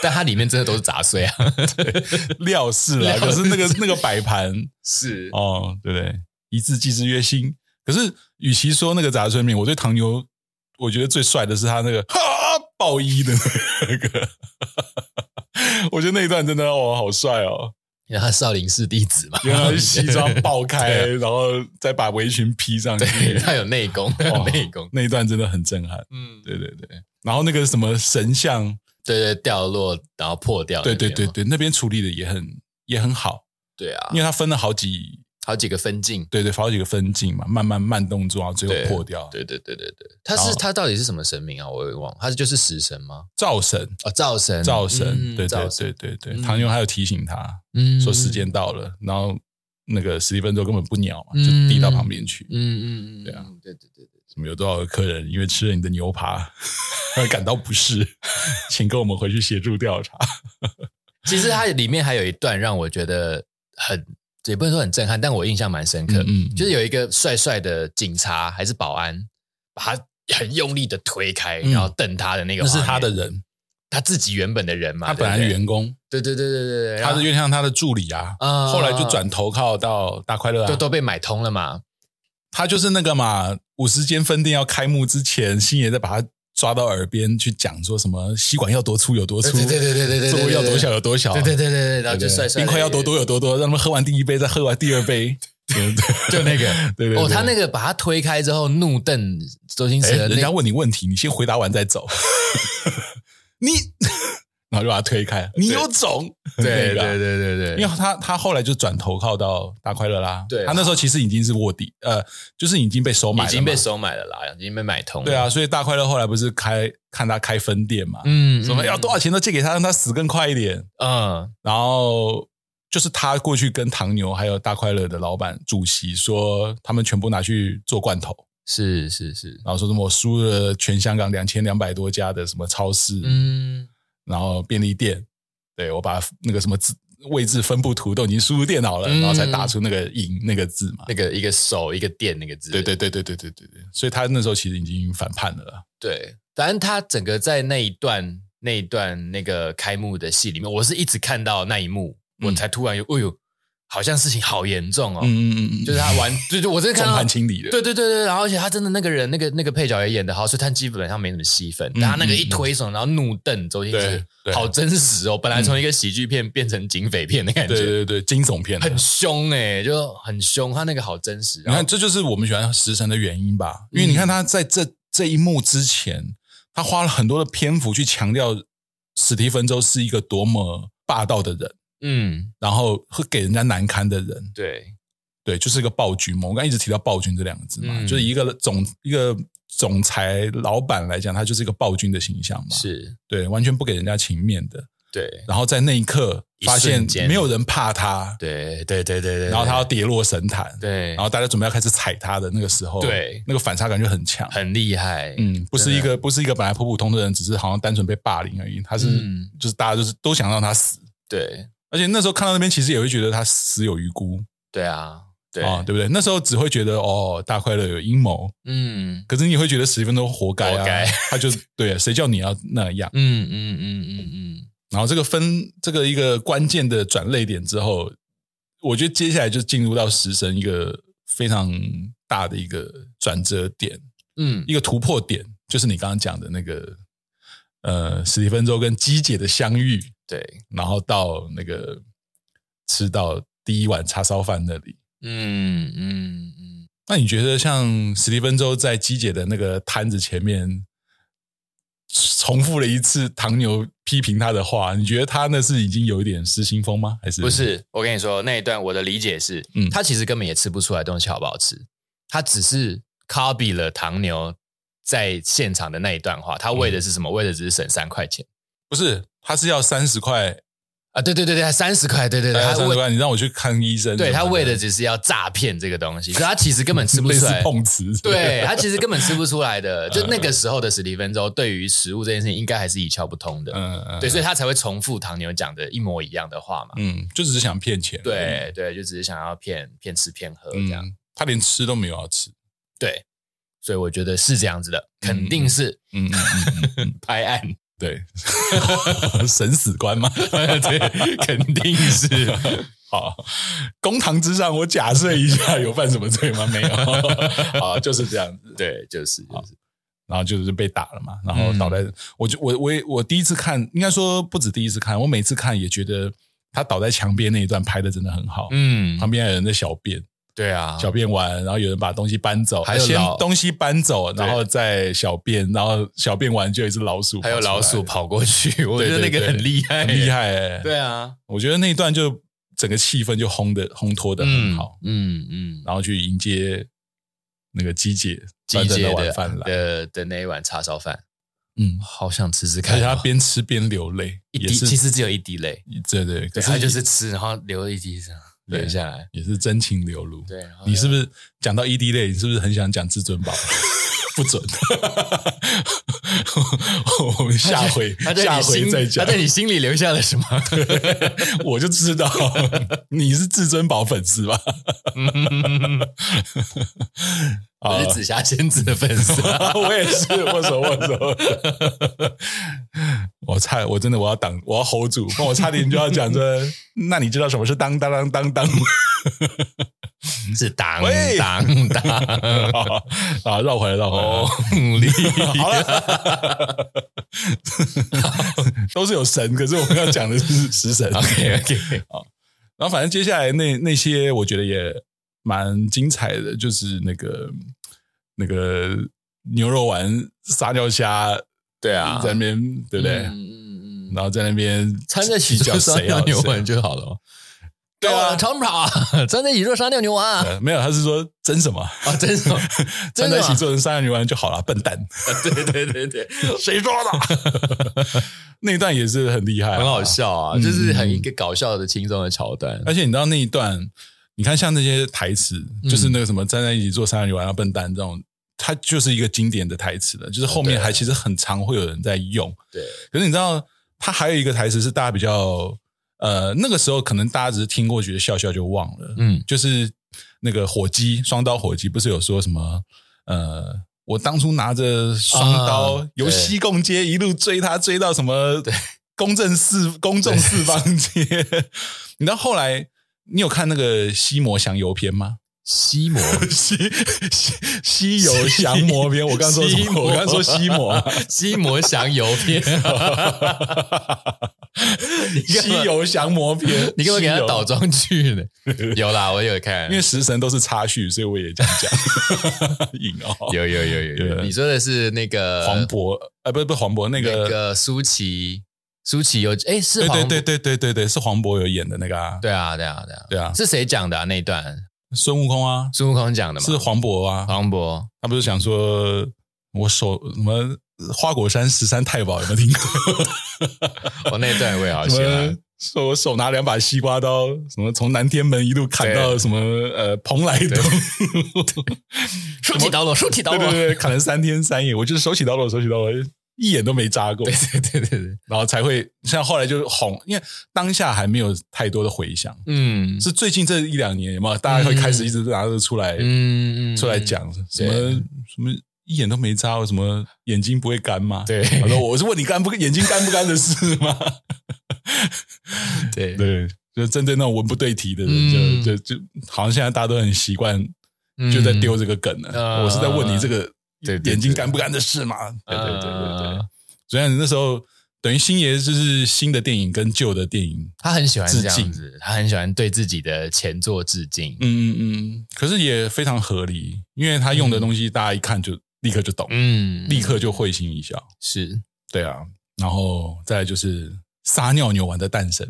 但它里面真的都是杂 碎啊。
料是啦，
料
可
是
是那个那个摆盘
是
哦，对不对？一字记之曰心。可是与其说那个杂碎面，我对唐牛，我觉得最帅的是他那个哈爆衣的那个，我觉得那一段真的哦好帅哦，
因为他少林寺弟子嘛，
原来是西装爆开，
对
然后再把围裙披上去，
对，他有内功，他有
哦
内功。
那一段真的很震撼。
嗯，
对对对，然后那个什么神像
对对，掉落然后破掉
对
那边
对
嘛，
对对，那边处理的也很也很好，
对啊
因，为它分了好几
好几个分镜，
对对好几个分镜嘛，慢慢慢动作，然后最
对
后破掉。
对对对对对，他
然
是
后
他到底是什么神明啊？我也忘了，他就是食神吗？
灶神，
哦，灶神，
灶神，
嗯
对
灶
对
神
对对对，
嗯
唐牛还有提醒他
嗯
说时，间到了，然后那个史蒂芬周根本不鸟嘛，就
嗯
递到旁边去。
嗯嗯嗯，
对啊，
对对对对，
什么有多少个客人因为吃了你的牛扒而感到不适， 请跟我们回去协助调查。
其实它里面还有一段让我觉得很，也不能说很震撼，但我印象蛮深刻，
嗯嗯嗯
就是有一个帅帅的警察还是保安，把他很用力的推开，
嗯
然后瞪他的那个，
那是他的，人，
他自己原本的人啊嘛，
他本来是
对不对
员工，
对对对对对对，
他
然后
是有点像他的助理啊，
啊
后来就转投靠到大快乐
就
啊。
都被买通了嘛，
他就是那个嘛，五十间分店要开幕之前，星爷在把他抓到耳边去讲说什么吸管要多粗有多粗，
对对对对对对，
座位要多小有多小，啊
对对对对对，然后就帅帅的，
冰块要多多有多多，让他们喝完第一杯再喝完第二杯，对
就那个。
对对。
哦，他那
个
个把他推开之后，怒瞪周星驰的
人
那
家问你问题，你先回答完再 走，你 然后就把他推开，你有种，
对对
那个啊
对对对，
因为他他后来就转投靠到大快乐啦，
对啊
他那时候其实已经是卧底，呃，就是已经被收买了
已
嘛，
经被收买了啦，已经被买通了。
对啊，所以大快乐后来不是开看他开分店嘛，
嗯，嗯，
什么要多少钱都借给他，让他死更快一点，
嗯
然后就是他过去跟唐牛还有大快乐的老板主席说，他们全部拿去做罐头，
是是是，
然后说什么我输了全香港两千两百多家的什么超市，
嗯，
然后便利店，对我把那个什么字位置分布图都已经输入电脑了，
嗯
然后才打出那个赢那个字嘛。
那个一个手一个电那个字，
对对对对对对对对，所以他那时候其实已经反叛了啦。
对，反正他整个在那一段那一段那个开幕的戏里面，我是一直看到那一幕，
嗯
我才突然有，哎呦，好像事情好严重哦，
嗯嗯嗯嗯，
就是他玩，对对，我真的
众
看到
叛亲离的。
对对对对，然后而且他真的那个人，那个那个配角也演的好，所以他基本上没什么戏份。
嗯
但他那个一推手，然后怒瞪周星驰
对，对嗯
好真实哦！本来从一个喜剧片变成警匪片的感
对
觉，
对对，惊悚片啊。
很凶哎、就很凶。他那个好真实。
你
然后
看，这就是我们喜欢食神的原因吧？因为
嗯
你看他在这这一幕之前，他花了很多的篇幅去强调史蒂芬周是一个多么霸道的人，
嗯，
然后会给人家难堪的人。
对，
对，就是一个暴君嘛。我刚才一直提到暴君这两个字嘛，
嗯
就是一个总一个总裁老板来讲，他就是一个暴君的形象嘛，
是，
对，完全不给人家情面的。
对，
然后在那一刻
一
发现
瞬间
没有人怕他，
对，对，对，对，对。
然后他要跌落神坛，
对，
然后大家准备要开始踩他的那个时候，
对
那个反差感就很强。
很厉害。嗯，
嗯，不是一个不是一个本来普普通通的人，只是好像单纯被霸凌而已。他是、
嗯
就是大家就是都想让他死，
对，
而且那时候看到那边其实也会觉得他死有余辜
对啊，对，
啊、对不对？那时候只会觉得哦，大快乐有阴谋，
嗯，
可是你会觉得史蒂芬都活该啊，
活该
他就对，啊谁叫你要那样？
嗯，嗯，嗯，嗯，嗯，
然后这个分这个一个关键的转泪点之后，我觉得接下来就进入到食神一个非常大的一个转折点，
嗯，
一个突破点，就是你刚刚讲的那个呃史蒂芬周跟鸡姐的相遇，
对，
然后到那个吃到第一碗叉烧饭那里。
嗯，嗯，嗯，
那你觉得像史蒂芬周在鸡姐的那个摊子前面重复了一次唐牛批评他的话，你觉得他那是已经有一点失心疯吗？还是
不？是，我跟你说那一段，我的理解是，
嗯
他其实根本也吃不出来东西好不好吃，他只是 copy 了唐牛在现场的那一段话，他为的是什么？为的只是省三块钱
不是，他是要三十块，
啊！对对对对，三十块，对对对，
哎三
他
十
为
块，你让我去看医生。
对
什么
他为的只是要诈骗这个东西，所以他其实根本吃 不
类
出
似
来。
碰嗯瓷，嗯
对他其实根本吃不出来的，就那个时候的史蒂芬周对于食物这件事情应该还是一窍不通的，
嗯，嗯
对，所以他才会重复唐牛讲的一模一样的话嘛。
嗯，就只是想骗钱。
对对，就只是想要骗骗吃骗喝这样。
嗯，他连吃都没有要吃。
对，所以我觉得是这样子的，
嗯
肯定是
嗯，嗯 嗯嗯嗯
拍案，
对，神死官 嘛，
对，肯定是。
好，公堂之上，我假设一下有犯什么罪 吗？没有，
哦
好，就是这样 子。
对，就是
哦
就是，
然后就是被打了嘛，然后倒在，我就我我也我第一次看，应该说不止第一次看，我每次看也觉得他倒在墙边那一段拍的真的很好，
嗯
旁边还有人在小便，
对啊，
小便完，然后有人把东西搬走，
还有
先
老
东西搬走，
对
然后再小便，然后小便完就有一只老鼠跑
还
出来，
有老鼠跑 过去，我
对
觉
对
得那个很厉害，
很厉。害、欸。，
对啊，
我觉得那一段就整个气氛就烘的烘托的很
嗯
好，，
嗯嗯，
然后去迎接那个鸡姐
季
端着
节
的
的
晚饭来，
的的那一碗叉烧饭，
嗯，
好想吃吃
而
看
且他
哦。
边吃边流泪，
一
也
滴
是
其实只有一滴泪，
对对，可
对，
是
他就是吃，然后流一滴这样
对
流下来。
也是真情流露。
对，然后
你是不是讲到 ED 类，你是不是很想讲至尊 宝？不准，我们下回
他在
下
你
回
心
再
他
讲。
在你心里留下了什么？
我就知 道你是至尊宝粉丝吧？
我
啊
是紫霞仙子的粉丝啊，
我也是，握手握手。我差，我真的我要挡，我要 hold 住，不然我差点就要讲 说，那你知道什么是当当当当当吗？
是当
喂
当 当。
好啊，绕回来，绕回
哦
来。
厉
好了， 都是有神，可是我们要讲的是食神。
OK OK，
然后反正接下来那那些我觉得也蛮精彩的，就是那个那个牛肉丸、撒尿虾，
对啊
在那边对不对？
嗯嗯嗯，
然后在那边
掺在起
叫
就
谁
谁
要
要牛
谁
丸就好了嘛。
对啊
哦长跑，真的以肉杀掉牛丸啊！
呃没有，他是说真什么？
啊，真是，
站
真
在
的
一
吗
起做成三人女丸就好了，笨蛋！
对对对对，
谁说的？那一段也是很厉害、
很好。笑啊，
嗯
就是很一个搞笑的、轻松的桥段。
而且你知道那一段，你看像那些台词，就是那个什么站在一起做三人女丸要笨蛋这种，它就是一个经典的台词了。就是后面还其实很常会有人在用。
对，
可是你知道，它还有一个台词是大家比较呃那个时候可能大家只是听过觉得笑笑就忘了，
嗯，
就是那个火鸡双刀火鸡，不是有说什么呃，我当初拿着双刀
啊
由西贡街一路追他，追到什么公正四公众四方街。 你知道后来你有看那个西摩降油篇吗？
西摩
西西西游降魔篇，我刚说什
西
么？
摩
我刚说西 摩。
西摩降油 篇，
西游降魔篇，
你干嘛给
西
他
游
倒装去呢？有啦，我有看，
因为食神都是插叙，所以我也这样讲， 硬哦。
有有有有有，
对
你说的是那个
黄渤，呃，不是不是黄渤，那
那
个
个舒淇，舒淇有哎是
对
黄
对对对对对对，是黄渤有演的那个啊，
对啊对啊对啊
对啊
是谁讲的啊？那一段
孙悟空啊，
孙悟空讲的吗？
是黄渤啊，
黄渤，
他不是想说我手什么花果山十三太保有没有听过？
我哦那一段我也好 喜
什
欢
么。说我手拿两把西瓜刀，什么从南天门一路砍到
对
什么呃蓬莱东，
竖起刀落，竖起刀啊
对对
落，
对，砍了三天三夜，我就是手起刀落，手起刀落，一眼都没眨过，
对对对对，
然后才会像后来就是红，因为当下还没有太多的回响，
嗯
是最近这一两年有没有大家会开始一直拿着出来
嗯
出来，讲什么
对
什么一眼都没眨，什么眼睛不会干吗？，
对
我说我是问你干不眼睛干不干的事吗？
对
对，就针对那种文不对题的人，
嗯
就就就好像现在大家都很习惯，就在丢这个梗了。
嗯
我是在问你这个
对对对
眼睛干不干的事吗？对对对对对。所以那时候等于星爷就是新的电影跟旧的电影，
他很喜欢这
致敬
样子，他很喜欢对自己的前作致敬。
嗯嗯嗯，可是也非常合理，因为他用的东西大家一看就立刻就懂，
嗯，
立刻就会心一笑。
是
对啊，然后再来就是撒尿牛丸的诞生，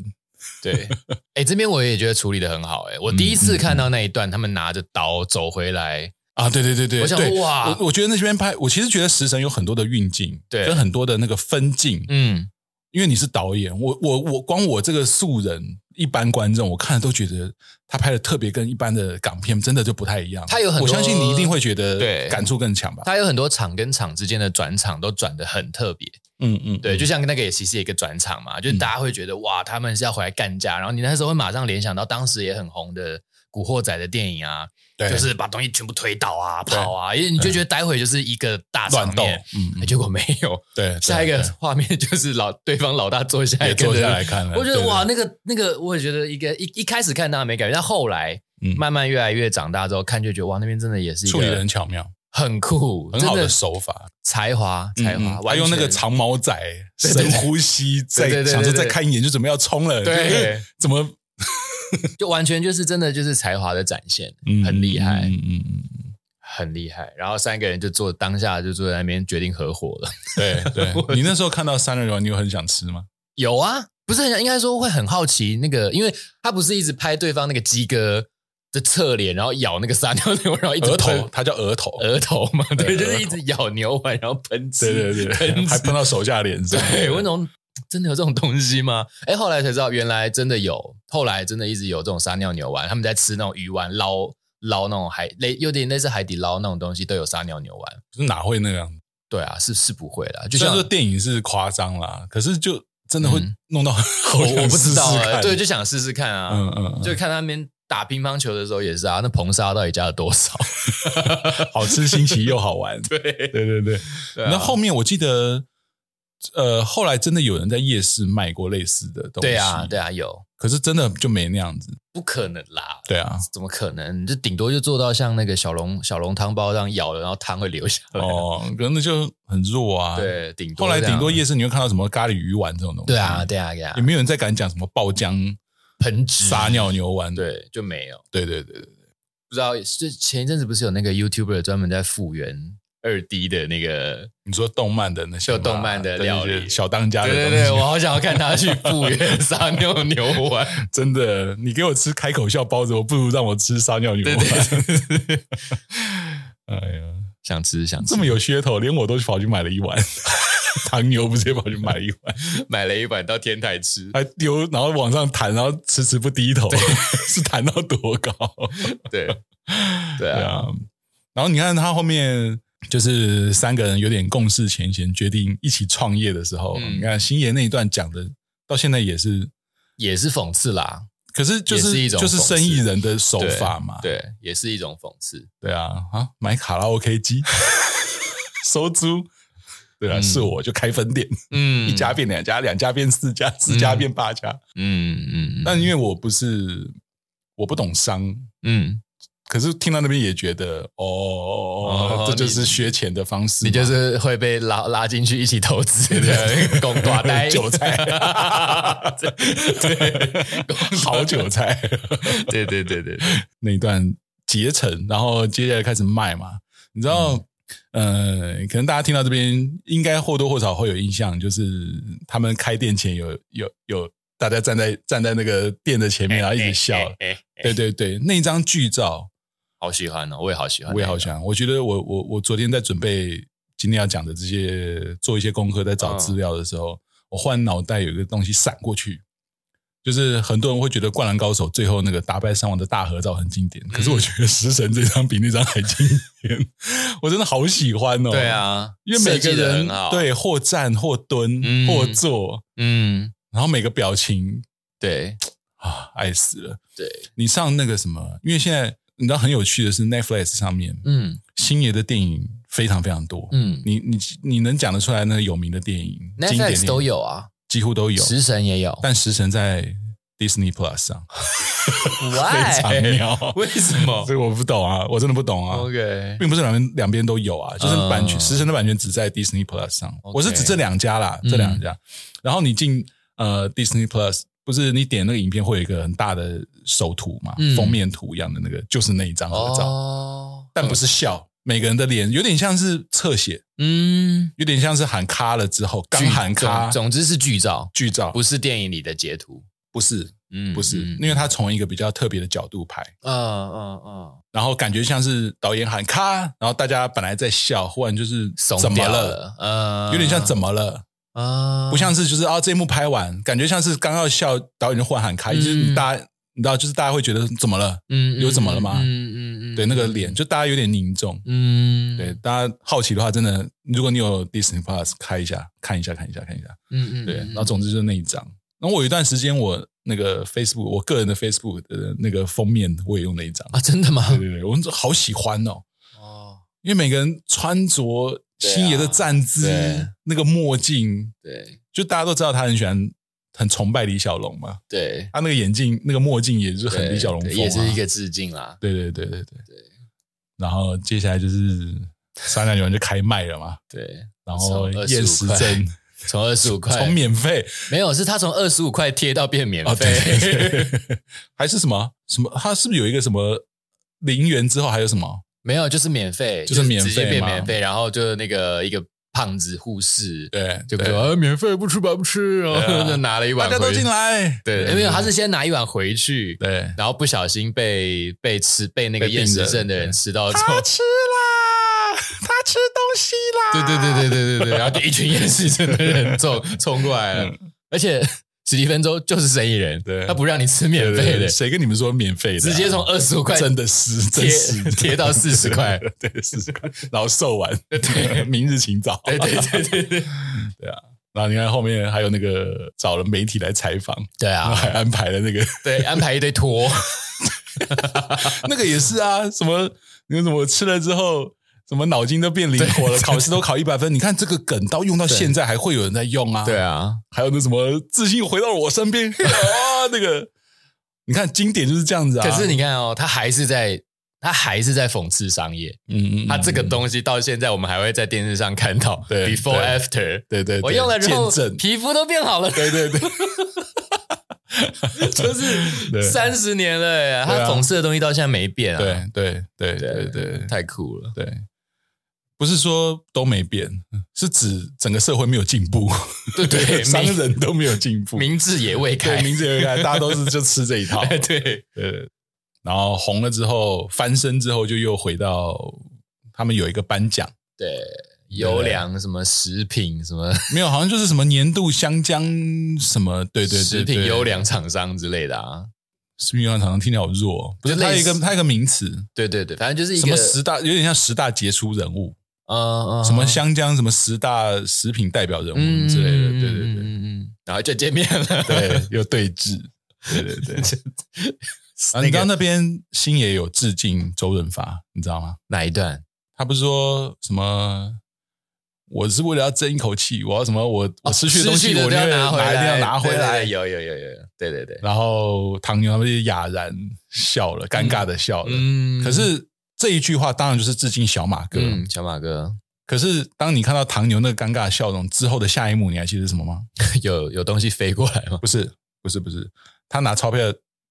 对。哎，这边我也觉得处理的很好。哎，我第一次看到那一段，他们拿着刀走回来，
啊，对对对对，
我想
对
说哇
我我觉得那边拍，我其实觉得《食神》有很多的运镜，
对
跟很多的那个分镜，
嗯，
因为你是导演，我我我光我这个素人一般观众，我看了都觉得他拍的特别跟一般的港片真的就不太一样。
他有很
我
多
相信你一定会觉得
对
感触更强吧？
它有很多场跟场之间的转场都转的很特别，
嗯嗯，
对，就像那个也其实也一个转场嘛，就是大家会觉得哇，他们是要回来干架，然后你那时候会马上联想到当时也很红的《古惑仔》的电影啊，
对
就是把东西全部推倒啊、跑啊，因为你就觉得待会就是一个大场
乱斗，
面，
嗯，嗯
哎结果没有，
对，啊
下一个
对
画面就是老对方老大坐下来
也
跟着
坐下来看了，
我觉得
对
哇，，那个那个，我也觉得一个一一开始看大家没感觉，但后来
嗯
慢慢越来越长大之后，看就觉得哇，那边真的也是
对
一
处理的
个
很巧妙，
很酷，
很好
真
的
的
手法，
才华才
嗯
华
嗯，还
完
用那个
全
长毛仔
对对
深呼吸，
对对
再
对
想说
对
再
对
看一眼就准备要冲了，
对
就是怎么
就完全就是真的就是才华的展现，
嗯
很厉害，
嗯嗯嗯，嗯
很厉害。然后三个人就坐当下就坐在那边决定合伙了。
对 对，你那时候看到三人游，你有很想吃吗？
有啊，不是很想，应该说会很好奇那个，因为他不是一直拍对方那个鸡哥的侧脸，然后咬那个撒尿牛，然后一直
额头，
喷
它叫额头，
额头嘛，
对
对，就是
额
一
头
直咬牛丸，然后喷汁，
对对对，
喷
还
汁
碰到手下脸上，
对，我那种真的有这种东西吗？哎，后来才知道，原来真的有，后来真的一直有这种撒尿牛丸，他们在吃那种鱼丸，捞捞那种海，类有点类似海底捞那种东西，都有撒尿牛丸。
哪会那样？
对啊，是是不会啦，就
就像
像
说电影是夸张啦，可是就真的会
嗯
弄到
我
我
我不知道啊，对，就想试试看啊，
嗯嗯，
就看他们打乒乓球的时候也是啊，那硼砂到底加了 多少？
好吃、新奇又好玩。
对 对
对对对，
啊，
那后面我记得，呃，后来真的有人在夜市卖过类似的东西，
对啊对啊有，
可是真的就没那样子，
不可能啦。
对啊，
怎么可能？就顶多就做到像那个小龙小龙汤包这样咬了，然后汤会流下来。
哦，可能那就很弱啊。，
对，顶多
后来
这样
顶多夜市你会看到什么咖喱鱼丸这种东西，
对啊，，对啊，对啊
也，没有人再敢讲什么爆浆
喷汁
撒，尿牛丸，
对，就没有。
对对对对，
不知道是前一阵子不是有那个 YouTuber 专门在复原二 D 的那个，
你说动漫的那些
就
嘛
动漫的
对
料
对
理
小当家
对
的
对
东
对，我
西，
好想要看他去复 原撒尿牛丸，
真的，你给我吃开口笑包子，我不如让我吃撒尿牛
对
丸。
对对，
哎呀，
想吃想吃
这，么有噱头，连我都跑去买了一碗糖牛，不是也跑去买了一碗，
买了一碗到天台吃，
还丢，然后往上弹，然后迟迟不低头，是弹到多高？
对对
对
啊，
啊，然后你看他后面。就是三个人有点共事前嫌，决定一起创业的时候，
嗯
你看星爷那一段讲的，到现在也是，
也是讽刺啦，
可是就
也
是
是一种
就是
讽刺
生意人的手
对
法嘛，
对，也是一种讽刺，
对啊，啊，买卡拉 OK 机 收租， 对啊，
嗯
是我就开分店，
嗯
一家，变两家，两家变四家，四家变八家。
嗯嗯，
但因为我不是我不懂商，
嗯，
可是听到那边也觉得哦，
哦
这就
你
是学钱的方式嘛，
你就是会被拉拉进去一起投资的，拱寡 呆
韭菜
对，拱
好韭，菜
对对对 对，对
那一段结成，然后接下来开始卖嘛，你知道。
嗯
呃，可能大家听到这边，应该或多或少会有印象，就是他们开店前有有有大家站在站在那个店的前面，然后一直笑。
哎哎哎
对对对，那张剧照
好喜欢哦，我也好喜欢，
我也好喜欢。我觉得我我我昨天在准备今天要讲的这些做一些功课，在找
嗯
资料的时候，我忽然脑袋有一个东西闪过去，就是很多人会觉得《灌篮高手》最后那个打败山王的大合照很经典，可
嗯
是我觉得《食神》这张比那张还经典，我真的好喜欢哦。
对，啊，
因为每个
设计得
人
很好，，
对或站或蹲、
嗯
或坐，
嗯，
然后每个表情
对
啊，爱死了。
对，
你上那个什么，因为现在你知道很有趣的是 Netflix 上面，
嗯
星爷的电影非常非常多。
嗯
你你你能讲得出来那个有名的电影经典电
，Netflix
影
都有啊，
几乎都有。
食神也有，
但《食神》在 Disney Plus 上非常
Why？
妙，
为什 么
这个我不懂啊，我真的不懂啊。
？OK，
并不是两边两边都有啊，就是
嗯
版权，食神的版权只在 Disney Plus 上。
OK
我是指这两家啦，
嗯
这两家。然后你进呃 Disney Plus，不是你点那个影片会有一个很大的首图嘛，
嗯
封面图一样的那个，就是那一张合照，
哦，
但不是笑，每个人的脸有点像是侧写，
嗯，
有点像是喊卡了之后刚
剧
喊卡
总总之是剧照，
剧照，
不是电影里的截图。
不是
嗯
不是，
嗯
因为他从一个比较特别的角度拍，
嗯嗯嗯，
然后感觉像是导演喊卡，然后大家本来在笑，忽然就是
怂
怎么
掉
了，
了？嗯，
有点像怎么了。
啊，
不像是就是啊，这一幕拍完，感觉像是刚要笑，导演就忽然喊开，就
嗯
是你大家你知道，就是大家会觉得怎么了？
嗯
有怎么了吗
嗯嗯嗯，
对，那个脸就大家有点凝重。
嗯，嗯，
对，大家好奇的话，真的，如果你有 Disney Plus 开一下，看一下，看一下，看一下。
嗯嗯，
对，
嗯
然后总之就是那一张。然后我有一段时间，我那个 Facebook，我个人的 Facebook 的那个封面，我也用那一张。
啊，真的吗？
对对对，我好喜欢哦，
哦，
因为每个人穿着
对啊
星爷的站姿
对，
那个墨镜，
对
就大家都知道他很喜欢、很崇拜李小龙嘛。
对，
他那个眼镜、那个墨镜也是很
对
李小龙风、啊，
对也是一个致敬啦。
对对对对对然后接下来就是三两牛人就开卖了嘛，
对，
然
从
后
25
验时
块
针
从二十五块，
从免费
没有，是他从二十五块贴到变免
哦，
费。
对，还是什么什么？它是不是有一个什么零元之后还有什么？
没有，就是免费，
就是免费
直接变
嘛
免费，然后就那个一个胖子护士，
对，
就
对
说啊，免费不吃白不吃，然
对
后
啊
就拿了一碗
大
回
家
去，
都进来，
对，因为他是先拿一碗回去，
对，
然后不小心被被吃被那个
被病
厌食
人
症的人吃到之后，
吃啦，他吃东西
对对对对对对对，然后就一群厌食症 的人冲冲过来了，而且史蒂芬周就是生意人，
嗯对
他不让你吃免
对
费的，
谁跟你们说免费的啊？
直接从二十五块
真的是真
贴
是
贴到40块，
对，四十块，然后售完，对，明日请早，
对对对对对
对啊。 然后你看后面还有那个找了媒体来采访，
对
然 后
啊，
还安排了那个
对，安排一堆托，
那个也是啊，什么你怎么吃了之后，什么脑筋都变灵活了，考试都考一百分。你看这个梗到用到现在还会有人在用啊。
对，啊，
还有那什么自信回到我身边 啊，那个你看经典就是这样子啊。
可是你看哦，他还是在他还是在讽刺商业，
嗯，嗯嗯，
他这个东西到现在我们还会在电视上看到
对
，before
对
after。
对对，对
我用了之后
见，证，
皮肤都变好了，
对对对，
就是
对
三十年了
对
耶。他
啊
讽刺的东西到现在没变啊，
对对对对对
太酷了。
对，不是说都没变，是指整个社会没有进步，
对 对，
商
明
人都没有进步，
明智也未
对
开，
名字也看，大家都是就吃这一套，
对
对，然后红了之后翻身之后，就又回到他们有一个颁奖，
对，优良什么食品什么
没有，好像就是什么年度香江什么，对对对
食品
对
优良厂商之类的啊，
食品优良厂商听起来好弱哦，不是
就
它有
类
一
似
个它有一个名词，
对对对，反正就是一
什么
个
十大有点像十大杰出人物，
嗯嗯
什么香江什么十大食品代表人物之类的，对对
嗯
对
嗯嗯，然后就见面了，
对，又对峙，对对 对。啊，你
那
知道
个
那边星爷有致敬周润发，你知道吗？
哪一段？
他不是说什么？我是为了要争一口气，我要什么？我我失去的东西，
哦的
我
都
一定
要
要
拿回来，
一定要拿回
对对对
来。
有有有有有，对对对，
然后唐牛他们就哑然笑了，尴尬的笑了。
嗯
可是这一句话当然就是致敬小马哥。
嗯，小马哥
可是当你看到唐牛那个尴尬的笑容之后的下一幕，你还记得什么吗？
有有东西飞过来吗？
不是，不是，不是，他拿钞票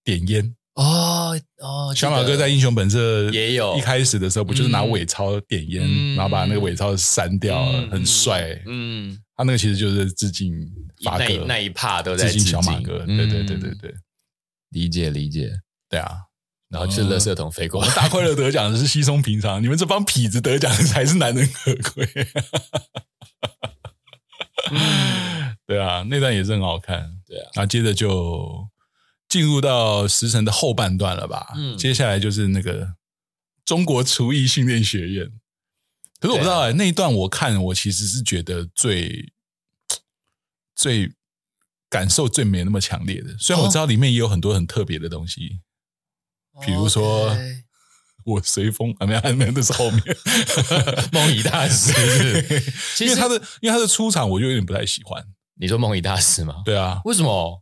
点烟。
哦哦，
小马哥在《英雄本色》
也有
一开始的时候，不就是拿
嗯
伪钞点烟，
哦嗯
然后把那个伪钞删掉了，
嗯
很帅。
嗯，
他那个其实就是致敬发
那一
哥，
那一趴都在
致敬
致
小马
敬
哥，
嗯
对对对对对
理解理解，
对啊！
然后就是垃圾桶飞
我
过
们
来，
大快乐得奖的是稀松平常，你们这帮痞子得奖才是难能可贵。对啊，那段也是很好看。
对啊，
然后接着就进入到时辰的后半段了吧？
嗯
接下来就是那个中国厨艺训练学院。可是我不知
啊
道、欸那一段我看，我其实是觉得最最感受最没那么强烈的。
哦
虽然我知道里面也有很多很特别的东西， 比如说
哦 OK
我随风啊，没有，没有，那是后 面
梦遗大师 是不 是，
因
其
为
实
他的因为他的出场我就有点不太喜欢。
你说梦遗大师吗？
对啊，
为什么？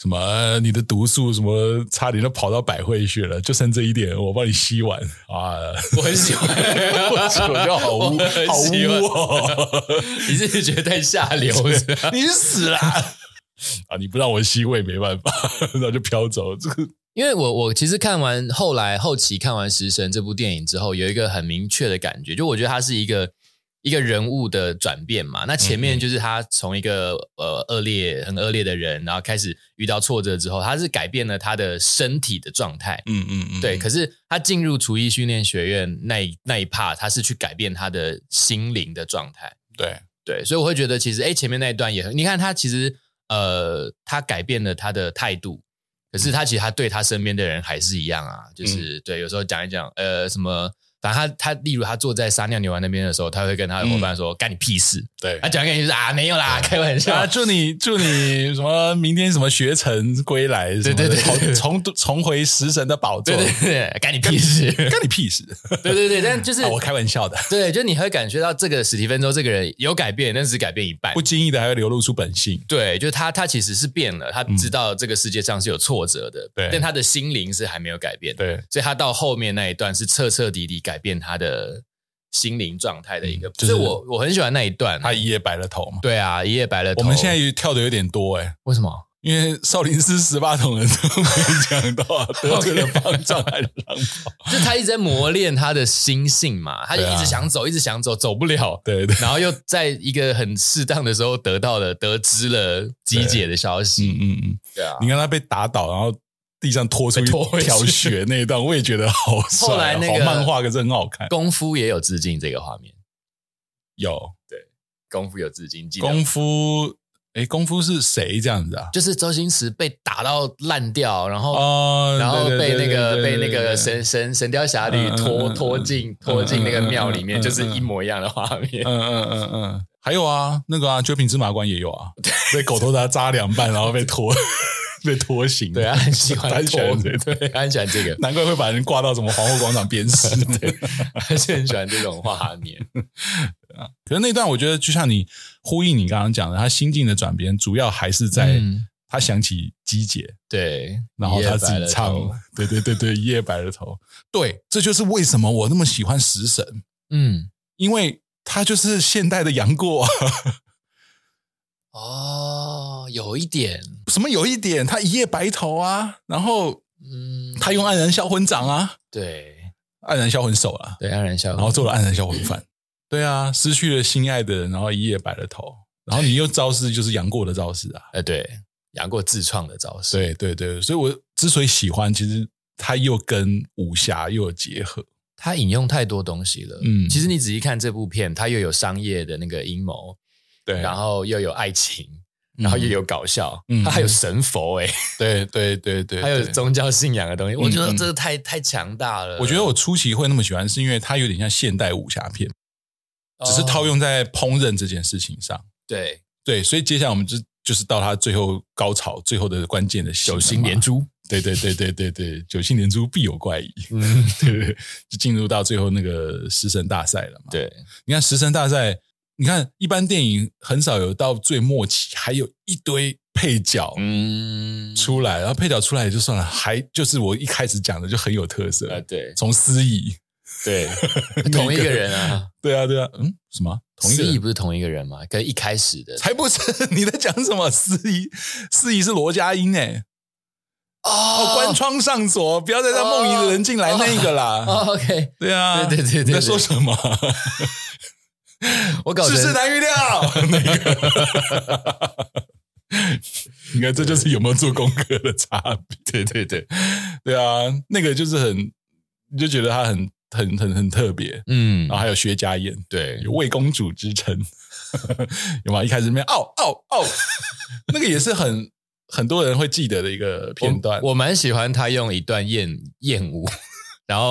什么、呃你的毒素什么差点都跑到百会去了，就剩这一点，我帮你吸完啊！
我很喜 欢，
我觉得好污，
很
好
喜欢
污哦！
你是觉得太下 流是 吧？
你去死啦！ 啊，你不让我吸，我也没办法， 然后就飘走。这个
因为我我其实看完后来后期看完《食神》这部电影之后，有一个很明确的感觉，就我觉得它是一个一个人物的转变嘛。那前面就是他从一个呃恶劣很恶劣的人，然后开始遇到挫折之后，他是改变了他的身体的状态。
嗯嗯嗯
对，可是他进入厨艺训练学院那一那一 part，他是去改变他的心灵的状态。
对，
对，所以我会觉得其实哎，诶前面那一段也很，你看他其实呃，他改变了他的态度，可是他其实他对他身边的人还是一样啊，就是、对，有时候讲一讲呃什么。反正他他，例如他坐在撒尿牛丸那边的时候，他会跟他的伙伴说：“干你屁事！”
对
他。讲一个就是啊，没有啦，开玩笑。
啊！祝你祝你什么明天什么学成归来，什么的
对对对对
重重重回食神的宝座
对，对对，干你屁事！
干你屁事！
对对对，但 就是、
啊我开玩笑的，
对，就你会感觉到这个史蒂芬周这个人有改变，但是只改变一半
不。经意的还会流露出本性。
对，就是他，他其实是变了，他知道这个世界上是有挫折的，
对
但他的心灵是还没有改变的。
对，
所以他到后面那一段是彻彻底底改变他的心灵状态的一个，
嗯就是
所以我我很喜欢那一段。啊
他一夜白了头嘛。
对啊，一夜白了头。
我们现在跳的有点多哎、
为什么？
因为少林寺十八铜人都没讲到啊得罪了方丈还是狼堡，
就他一直在磨练他的心性 嘛，他就
对
一
啊
直想走，一直想走，走不了。
对对，
然后又在一个很适当的时候得到了得知了机姐的消
嗯
息，
嗯嗯，
对啊
你。看他被打倒，然后地上拖出一
被拖回去
条 血那一段，我也觉得好帅哦、
后来那个
好漫画可是很好看，
功夫也有致敬这个画面，
有
功夫有致敬，记得
功夫，哎，功夫是谁这样子啊？
就是周星驰被打到烂掉，然后
哦，
然后
对
被
对
那
对
个
对对
被那
对
个
对
神神神雕侠侣
嗯嗯
拖
嗯嗯
拖进拖进那个庙里
嗯
面，
嗯嗯
就是一模一样的画面。
嗯嗯嗯嗯，还有啊，那个啊，九品芝麻官也有 啊，被狗头铡扎两半，然后被拖 被拖行，
对啊，很 喜欢
很喜
拖
欢，
对
这个
对，很喜欢这个，
难怪会把人挂到什么皇后广场鞭尸。 对，
还是很喜欢这种画面。
嗯可是那段我觉得就像你呼应你刚刚讲的，他心境的转变，主要还是在
嗯
他想起鸡姐，
对，
然后他自
一夜白
己
了
唱
头，
对对对对，一夜白了头。对，这就是为什么我那么喜欢食神，
嗯，
因为他就是现代的杨过啊。
哦，有一点，
什么有一点，他一夜白头啊，然后
嗯，
他用黯然销魂掌啊，
对
黯然销魂手啊，
对，黯然销魂，
然后做了黯然销魂饭。对啊，失去了心爱的人，然后一夜白了头，然后你又招式就是杨过的招式啊。
呃，对，杨过自创的招式，
对对对，所以我之所以喜欢，其实他又跟武侠又有结合。
他引用太多东西了。嗯，
嗯
其实你仔细看这部片，它又有商业的那个阴谋，
对啊
然后又有爱情，然后又有搞笑，
嗯
它还有神佛哎、
对对对对，
还有
对
宗教信仰的东西，我觉得
嗯
这个太太强大了。
我觉得我初期会那么喜欢，是因为它有点像现代武侠片，只是套
用
用在烹饪这件事情上。
哦对
对，所以接下来我们就就是到它最后高潮，最后的关键的戏了
九
嘛
星连珠，
对对对对对对，九星连珠必有怪异，
嗯，
对对，对就进入到最后那个食神大赛了嘛。，
对，
你看食神大赛，你看一般电影很少有到最末期还有一堆配角
嗯，
出来，然后配角出来也就算了，还就是我一开始讲的就很有特色，
啊，对
从司仪，
对，同一个人啊，
对啊对啊，嗯，什么 同一个
思
人
义不是同一个人吗？跟一开始的
才不是 你在讲什么？司仪，司仪是罗家英哎、哦，
哦
关窗上锁，不要再让梦遗的人进来那个啦。
哦，OK，
对啊，
对对对对
你在
对
说什么？
我搞
世
成
事难预料。那个， 你看，这就是有没有做功课的差别。对对对，对啊，那个就是很，你就觉得他很很很很特别。
嗯
然后还有薛家燕，
对
有魏公主之称， 有吗？一开始面哦哦哦，那个也是很很多人会记得的一个片段。
我我蛮喜欢他用一段艳艳舞，然后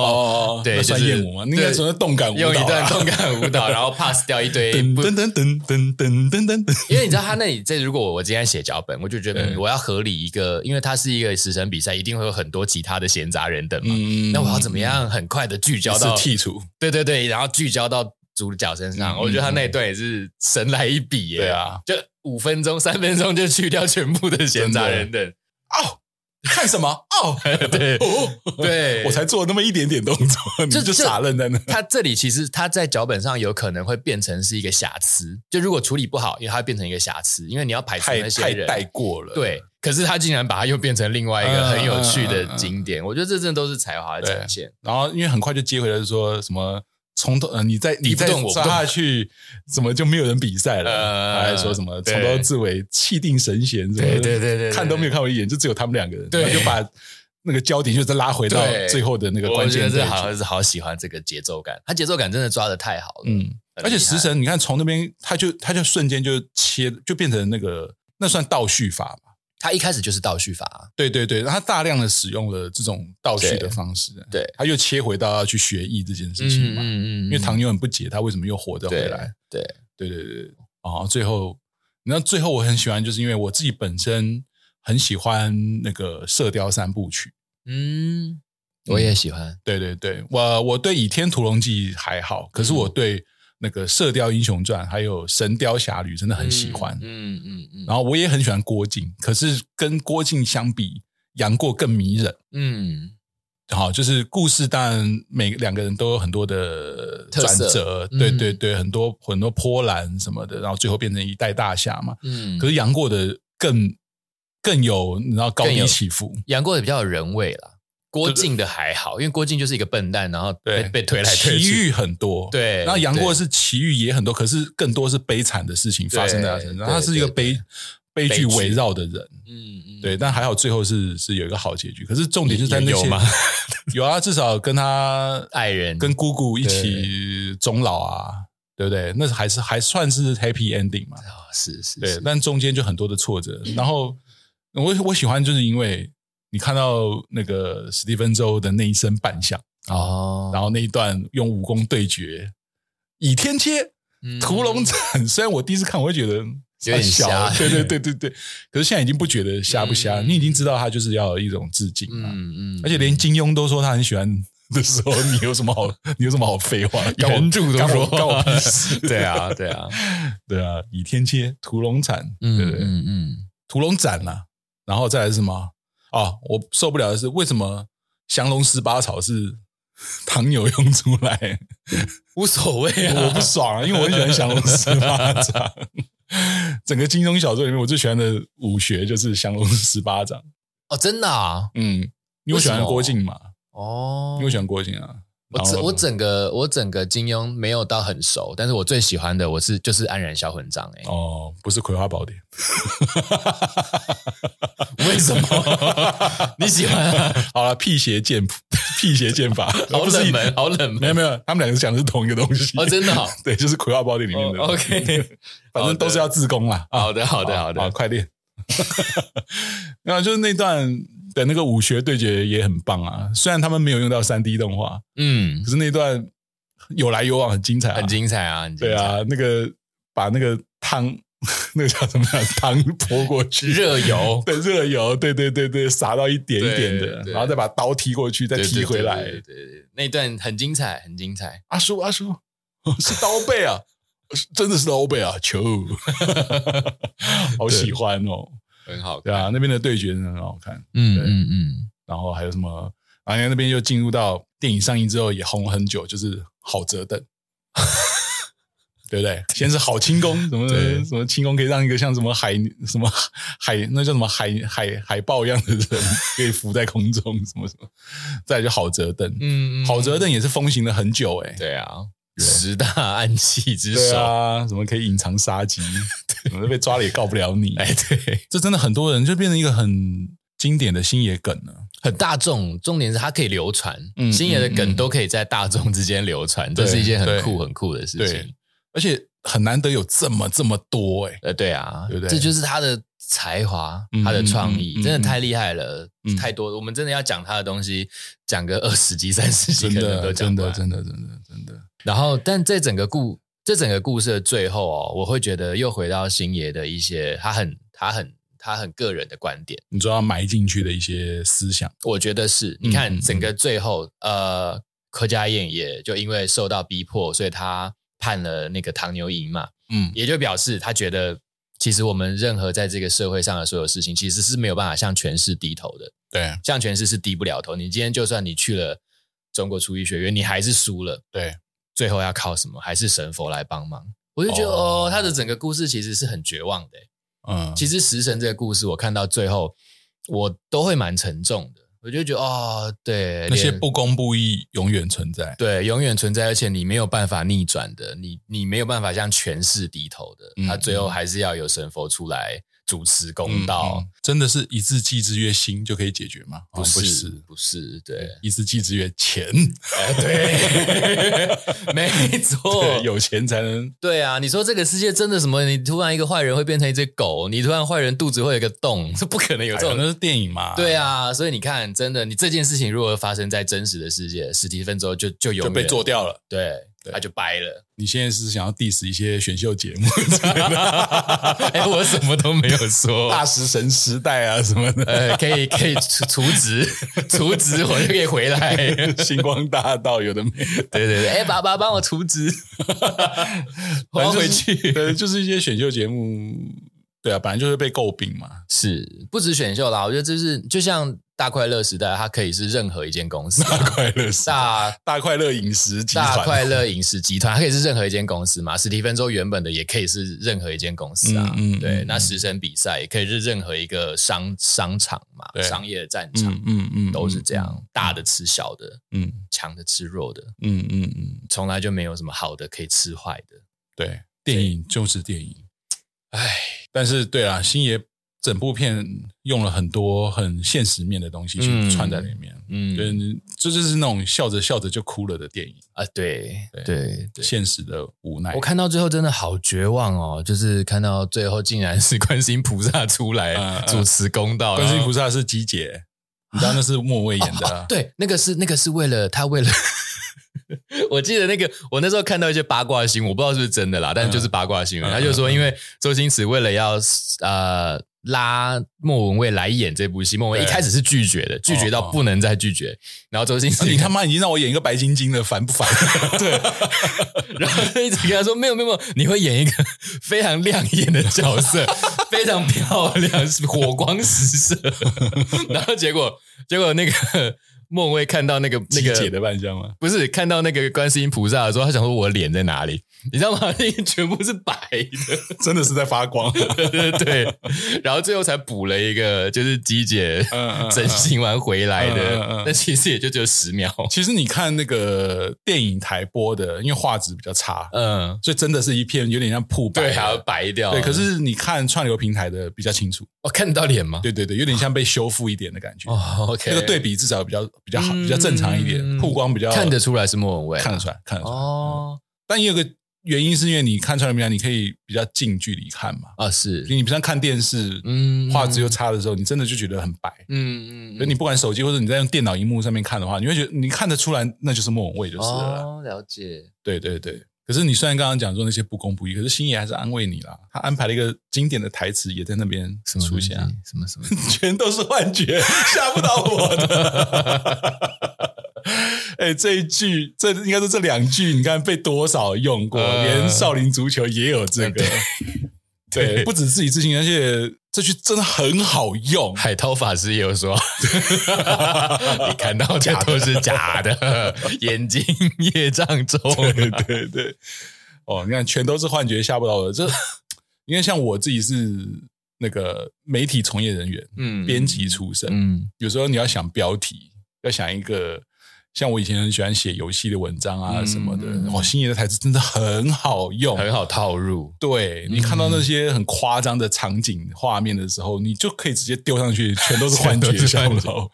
哦，
对
那算
就是
艳舞吗？那应该
对
算是动感舞蹈
用
啊。
一段动感舞蹈，然后 pass 掉一堆
噔
不，
噔噔噔噔噔噔噔噔，
因为你知道他那里这，如果我今天写脚本，我就觉得
对
嗯我要合理一个，因为它是一个食神比赛，一定会有很多其他的闲杂人等嘛。
嗯
那我要怎么样很快的聚焦
是
到？
剔除？
对对对，然后聚焦到主角身上。
嗯
我觉得他那一段也是神来一笔耶，
对啊，
就五分钟、三分钟就去掉全部的闲杂 人等。
哦，看什么？哦，
对
哦，
对
我才做那么一点点动作，你
这
就傻愣在那。
他这里其实他在脚本上有可能会变成是一个瑕疵，就如果处理不好，因为它会变成一个瑕疵，因为你要排除
太
那些
太
人。
带过了，
对，可是他竟然把它又变成另外一个
嗯
很有趣的景点，我觉得这真的都是才华的展现。
然后因为很快就接回来，就说什么从头呃，你再
你
你
不
再
动我不
抓
动
下去，怎么就没有人比赛
呃
了？还说什么
对
从头至尾气定神闲，什么
对对对对对
看都没有看我一眼，就只有他们两个人，
对
然后就把那个焦点就再拉回到
对
最后的那个
我
关
觉得
键对
这
决
好像是好喜欢这个节奏感，他节奏感真的抓的太好了。嗯，
嗯，
很厉害
而且食神，你看从那边他就他就瞬间就切，就变成那个那算倒叙法吧？
他一开始就是倒叙法啊，
对对对，他大量的使用了这种倒叙
对
的方式，
对
他又切回到要去学艺这件事情
嗯
嘛，
嗯
因为唐妞很不解他为什么又活着回来，
对
对对对，对哦，最后，然后最后我很喜欢，就是因为我自己本身很喜欢那个《射雕三部曲》。
嗯，我也喜欢，
对对对，我我对《倚天屠龙记》还好，可是
嗯
我对那个《射雕英雄传》还有《神雕侠侣》真的很喜欢。
嗯嗯嗯，
然后我也很喜欢郭靖，可是跟郭靖相比，杨过更迷人，
嗯，
好，就是故事，当然每两个人都有很多的
特
转
色
折，
嗯
对对对，很多很多波澜什么的，然后最后变成一代大侠嘛。
嗯，
可是杨过的更更有，你知道高
更
低
有
起伏，
杨过的比较有人味啦，郭靖的还好，因为郭靖就是一个笨蛋，然后被
对
被推来推
奇
去。
遇很多，。
对，
然后杨过
对
是奇遇也很多，可是更多是悲惨的事情发生在他身上，
对
他是一个悲悲
对
剧
悲剧
围绕的人，
嗯嗯
对。但还好最后是是有一个好结局，可是重点就在
有
那些
有吗
有啊，至少跟他
爱人
跟姑姑一起终老啊，对不对？那还是还算是 happy ending 嘛。
哦是是
对
是，，嗯
但中间就很多的挫折。然后我我喜欢就是因为你看到那个史蒂芬周的那一身扮相，
哦，
然后那一段用武功对决，倚天切、
嗯
屠龙斩。虽然我第一次看我会觉得
点
小
瞎
对对对 对对。可是现在已经不觉得瞎不瞎，
嗯
你已经知道他就是要有一种致敬嘛。
嗯嗯，
啊而且连金庸都说他很喜欢的时 候，你有什么好你有什么好废话？干我
原著都
干我
说？
干我屁事
对啊对啊，
对啊，倚天切、屠龙斩，
嗯
对不对？
嗯嗯，
屠龙斩呐、然后再来是什么？啊，我受不了的是为什么降龙十八掌是 唐牛用出来？
无所谓
我
啊
不，爽啊，因为我很喜欢降龙十 八掌。整个金庸小说里面，我最喜欢的武学就是降龙十八掌。
哦真的啊，
嗯，因为我喜
为什
欢
么
郭靖嘛，
哦
因为我喜欢郭靖啊。
我
然后
整我整个我整个金庸没有到很熟，但是我最喜欢的我是就是《安然小混账》哎，
哦，不是《葵花宝典》，
为什么 你喜欢啊？
好了，辟邪剑谱，辟邪剑法，
好
不是
冷门，啊好冷
没有
门
没有，他们两个讲的是同一个东西
哦，真的哦。
对，就是《葵花宝典》里面的。
哦，OK
反正都是要自宫啦。啊
好的，好的，好
好，
的，
快 练。然后就是那段的那个武学对决也很棒啊，虽然他们没有用到三 D 动画，
嗯
可，是那段有来有往，很精彩、啊，
很精彩啊，很精
对
彩，
啊，那个把那个汤， 那个叫什么 汤泼过去，
热油
对热油，对对对对，撒到一点一点
对
的，
对
然后再把刀踢过 去，再
对
踢回
对
来
对。对对对那一段很精彩，很精彩。
阿叔阿叔， 是刀背啊，是真的是刀背啊，球， 好喜欢哦，
很好
对啊，那边的对决真的很好看。
嗯
对
嗯嗯，
然后还有什么？然后那边又进入到电影上映之后也红很久，就是好折 凳。对不对？先是好轻功，什么
对
什么轻功可以让一个像什么海什么海那叫什么海海海豹一样的人可以浮在空中，什么什么，再来就好折凳，
嗯嗯
好折凳也是风行了很久哎、
对啊，十大暗器之
对
首，
啊，什么可以隐藏杀 机，什么被抓了也告不了你。
哎，对，
这真的很多人就变成一个很经典的星爷梗啊了。
很大众，重点是它可以流传
嗯，
星爷的
嗯
梗
嗯
都可以在大众之间流传，这
对
是一件很
对
酷很酷的事
对
情。
而且很难得有这么这么多哎、
呃，对啊，
对不对
这就是他的才华，
嗯
他的创意，
嗯嗯嗯
真的太厉害了，
嗯
太多。我们真的要讲他的东西，讲个二十集、三十集，
真
可能都
的
讲
真
不
的
完。
真的真的真的，
然后，但这整个故这整个故事的最后哦，我会觉得又回到星爷的一些他很他很他很个人的观点，
你知道埋进去的一些思想，
我觉得是。
嗯
你
嗯
看
嗯
整个最后，呃，柯佳燕也就因为受到逼迫，所以他判了那个唐牛营嘛。
嗯
也就表示他觉得，其实我们任何在这个社会上的所有事情，其实是没有办法向权势低头的，
对
向权势是低不了头。你今天就算你去了中国厨艺学院，你还是输了，
对，
最后要靠什么？还是神佛来帮忙。我就觉得
哦
哦他的整个故事其实是很绝望的欸。
嗯，
其实食神这个故事，我看到最后，我都会蛮沉重的。我就觉得哦，对，
那些
连
不公不义永远存在，
对，永远存在，而且你没有办法逆转的，你你没有办法向权势低头的，
嗯
他最后还是要有神佛出来主持公
嗯
道。
嗯真的是一字记之曰心就可以解决吗？
不
啊
是
不是，
不是， 对，
一字记之曰钱，
哎对， 没错，
对， 有钱才能
对啊，你说这个世界真的什么？你突然一个坏人会变成一只狗，你突然坏人肚子会有一个洞， 这不可能有
有
这种
哎那是电影嘛，
对，啊，所以你看，真的，你这件事情如果发生在真实的世界，史蒂芬周就就有
就被做，掉了。
对，
对
他就掰了。
你现在是想要 diss 一些选秀节目，
哎、我什么 都没有 说，
大食神时代啊什么的，
呃，可以可以除除职，除职我就可以回 来。对
哎星光大道有的没的，
对对，哎、爸爸帮我 除职，我要
反
回
正就是
去。
对，就是一些选秀节目对啊，本来就会被诟病嘛。
是不止选秀啦，我觉得这是就像大快乐时代，它可以是任何一间公 司，
大快乐是
大
大快乐饮食集团，
大快乐饮食集团，它可以是任何一间公司嘛。史蒂芬周原本的也可以是任何一间公司啊，
嗯嗯
对。
嗯
那食神比赛也可以是任何一个商商场嘛，
对
商业战场、
嗯嗯嗯，
都是这样，大的吃小的，
嗯。
强的吃弱的，
嗯嗯嗯嗯，
从来就没有什么好的可以吃坏的。
对，电影就是电影。唉，但是对啦，星爷整部片用了很多很现实面的东西去
嗯
串在里面。
嗯，
嗯，这就是那种笑着笑着就哭了的电影，
啊，对
对
对对。
现实的无奈。
我看到最后真的好绝望哦，就是看到最后竟然是观世音菩萨出
嗯
来
嗯
主持公道，
观世音菩
萨
萨是鸡姐，你知道那是莫蔚演的、 啊，
对，那个是那个是为了他为了， 我记得那个我那时候看到一些八卦新闻，我不知道是不是真的啦，但就是八卦新闻，
嗯
他就说因为周星驰为了要呃。拉莫文蔚来演这部戏，莫文蔚一
对
开始是拒绝的，拒绝到
哦哦哦
不能再拒绝。然后周星驰
你他妈已经让我演一个白晶晶了，烦不 烦？对，
然后就一 直跟他说：“没有没有，没有，你会演一个非常亮眼的 角色，非常漂亮，是火光十射。”然后结果，结果那个孟薇看到那个那
鸡姐
个
的扮相吗？
不是看到那个观世音菩萨的时候，他想说：“我脸在哪里？” 你知道吗？那个全部是白的，
真的是在发 光。
对对对。然后最后才补了一个，就是鸡姐
嗯嗯嗯
整形完回来
嗯嗯嗯
的
嗯，
那其实也就只有十秒。
其实你看那个电影台播的，因为画质比较差，
嗯，
所以真的是一片有点像瀑布。
对，还要白掉。
对，可啊哦是你看串流平台的比较清楚，
我看得到脸吗？
对对对，有点像被修复一点的感觉。
哦，OK，
那个对比至少比较比较好，
嗯
比较正常一点，
嗯
曝光比较
看得出来是莫文蔚，啊
看得出来，看得出来。
哦
但也有个原因是因为你看串流平台，你可以比较近距离看嘛。
啊是，
你平常看电视，
嗯
画质又差的时候，你真的就觉得很白。
嗯嗯，
所以你不管手机或者你在用电脑荧幕上面看的话，你会觉得你看得出来，那就是莫文蔚就是了啦。
哦了解，
对对对。可是你虽然刚刚讲说那些不公不义，可是星爷还是安慰你啦。他安排了一个经典的台词，也在那边
什么
出现、啊，
什么什么
全都是幻觉，吓不到我的。 哎、这一句，这应该是这两句，你看被多少用过？
呃
连少林足球也有这个， 对，
对
不止自己自信，而且这句真的很好用。
海涛法师也有说， 你看到的都是假的，眼睛业障重，
对对对， 哦，你看全都是幻觉，吓不到我的。这 因为像我自己是那个媒体从业人员，
嗯
编辑，出身，
嗯
有时候你要想标题，要想一个像我以前很喜欢写游戏的文章啊
嗯
什么的。
嗯
哇，星爷的台词真的很好用，
很好嗯套入，
对你看到那些很夸张的场景画面的时候，你就可以直接丢上去，全都是幻
全
觉，
都是
笑
幻觉
楼，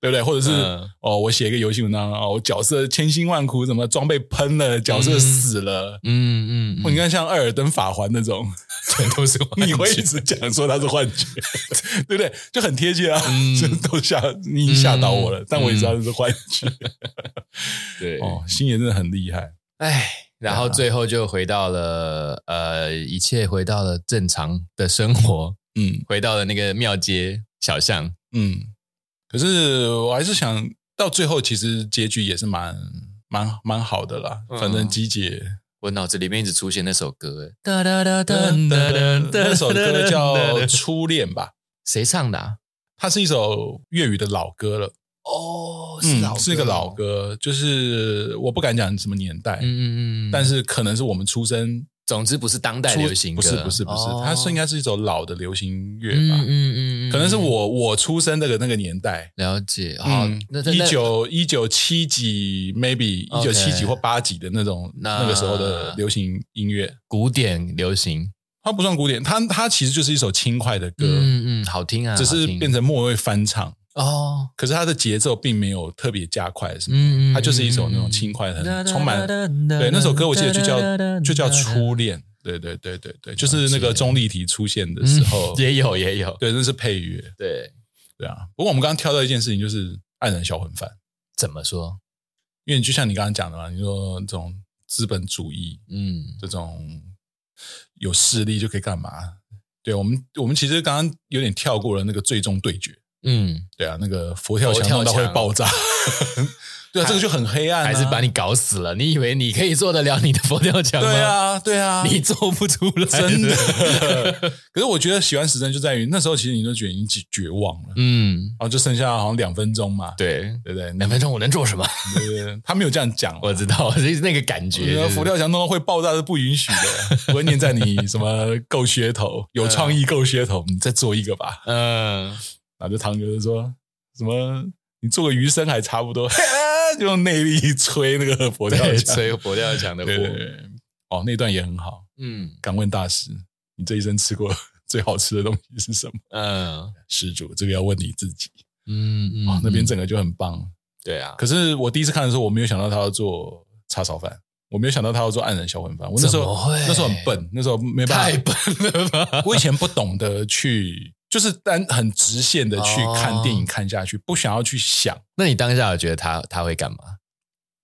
对不对？或者是、
嗯
哦，我写一个游戏文章，哦，我角色千辛万苦，怎么装备喷了，角色死了。
嗯
哦你看，像《艾尔登法环》那种，
全都是 幻
你会一
觉
直讲说它是幻觉， 对不对？就很贴切啊，
嗯
就都吓你已经吓到我了，但我也知道这是幻觉。
对
哦，星爷真的很厉害，
哎，然后最后就回到了呃，一切回到了正常的生活，
嗯
回到了那个庙街小巷。
嗯。可是我还是想到最后，其实结局也是蛮蛮蛮好的啦。
嗯
反正鸡姐
我脑子里面一直出现那首歌，哎哒哒哒哒哒哒哒，
那首歌叫 《初恋》吧，
谁唱的啊？
它是一首粤语的老歌了，
哦，
嗯是一个老，歌，就是我不敢讲什么年代，
嗯嗯嗯，
但是可能是我们出生
总之不是当代
出
流行歌，啊
不是不是不是，它是应
该
该是一首老的流行乐
哦嗯
吧？
嗯嗯，
可能是我我出生那个那个年代。
了解，好，那
一九一九七几，maybe 一九七几
OK
或八几的那种
那
那个时候的流行音乐，
古典流行，
它不算古典，它它其实就是一首轻快的歌，
嗯嗯，好听啊，
只是变成莫蔚翻唱，
哦，
可是它的节奏并没有特别加快，什么，
嗯，
它就是一首那种轻快的，很充满对那首歌我记得就叫就叫初恋，对对对对对，就是那个钟丽缇出现的时候，
也有也有，
对，那是配乐，
对，
对啊，不过我们刚刚挑到一件事情，就是黯然销魂饭，
怎么说？
因为就像你刚刚讲的嘛，你说这种资本主义
嗯
这种有势力就可以干嘛？对我们，我们其实刚刚有点跳过了那个最终对决，
嗯嗯，
对啊，那个佛跳
佛
墙
跳
弄到会
墙
爆炸， 对啊，这个就很黑暗、啊，
还是把你搞死了？你以为你可以做得了你的佛跳墙吗？
对啊，对啊，
你 做不出来，
真的。可是我觉得喜欢时针就在于那时候，其实你都觉得已经绝绝望了，
嗯，
然后就剩下好像两分钟嘛，
对，
对不对？
两分钟我能做什么？
对对对他没有这样讲，啊
我知道， 就是那个感
我觉
觉
得，佛跳墙弄到会爆炸是不允许 的，不会念在你什么够噱 头、有创意够噱头，你再做一个吧。
嗯，
然后就唐牛就说什么你做个鱼生还差不多， 就用内力一吹那个佛跳
对，
墙，
吹佛跳墙的
对
火，
对对。哦，那段也很好。
嗯
敢问大师，你这一生吃过最好吃的东西是什么？
嗯
施主，这个要问你自己。
嗯嗯
哦，那边
嗯
整个就很棒。
对啊，
可是我第一次看的时候，我没有想到他要做叉烧饭，我没有想到他要做黯然销魂饭。我那时
怎么
候
会
那时候很笨，那时候没办法，
太笨了吧？
我以前不懂得去，就是单很直线的去
哦
看电影看下去，不想要去想。
那你当下有觉得他他会干嘛？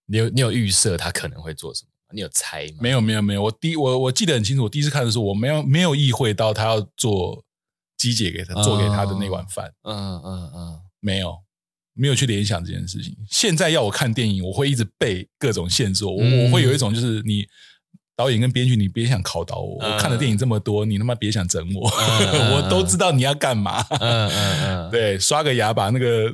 你有你有预设他可能会做什么？你有猜吗？
没有没有没有，我第我我记得很清楚，我第一次看的时候，我没有没有意会到他要做鸡姐给他做给他的那碗饭。
嗯嗯嗯，
没有，没有去联想这件事情。现在要我看电影，我会一直背各种线索，我、
嗯
我会有一种就是你导演跟编剧，你别想考倒我。
嗯
我看的电影这么多，你他妈别想整我，
嗯
我都知道你要干嘛。
嗯嗯嗯，？
对，刷个牙把那个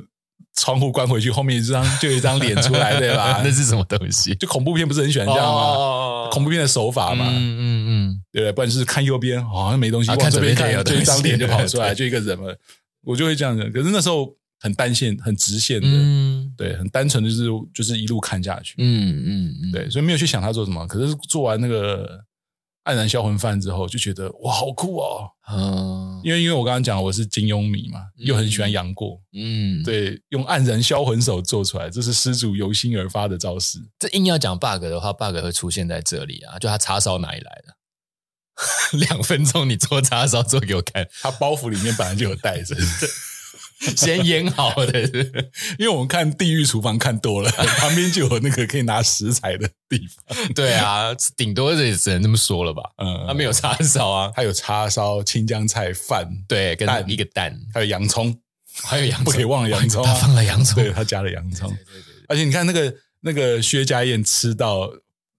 窗户关回去，后面一张就有一张脸出来，对吧
那是哦什么东西？
就恐怖片不是很喜欢这样吗？
吗
恐怖片的手法嘛，
嗯嗯
对不对？不然就是看右边好像、没东西，
啊
往
看
这
左
边
边
看
看有
就一张
东西
脸就跑出来，
对
就一个人了。我就会这样子，可是那时候很单线、很直线的，
嗯
对，很单纯的就是就是一路看下去，
嗯嗯嗯，
对，所以没有去想他做什么。可是做完那个黯然销魂饭之后，就觉得哇，好酷哦！
嗯
因为因为我刚刚讲我是金庸迷嘛，又很喜欢杨过，
嗯，对，
对，用黯然销魂手做出来，这是施主由心而发的招式。
这硬要讲 bug 的话，bug 会出现在这里啊，就他叉烧哪里来的？ 两分钟你做叉烧做给我看，
他包袱里面本来就有带着，
先腌好的，
因为我们看《地狱厨房》看多了，旁边就有那个可以拿食材的地方。
对啊，顶多也只能这么说了吧。
嗯，
他没有叉烧啊，
它有叉烧、青江菜、饭，
对，跟
蛋
一个蛋，
还有洋葱，
还有洋葱，
不可以忘了洋葱啊
他放了洋葱，
对，他加了洋葱。
对对对
而且你看那个那个薛家燕吃到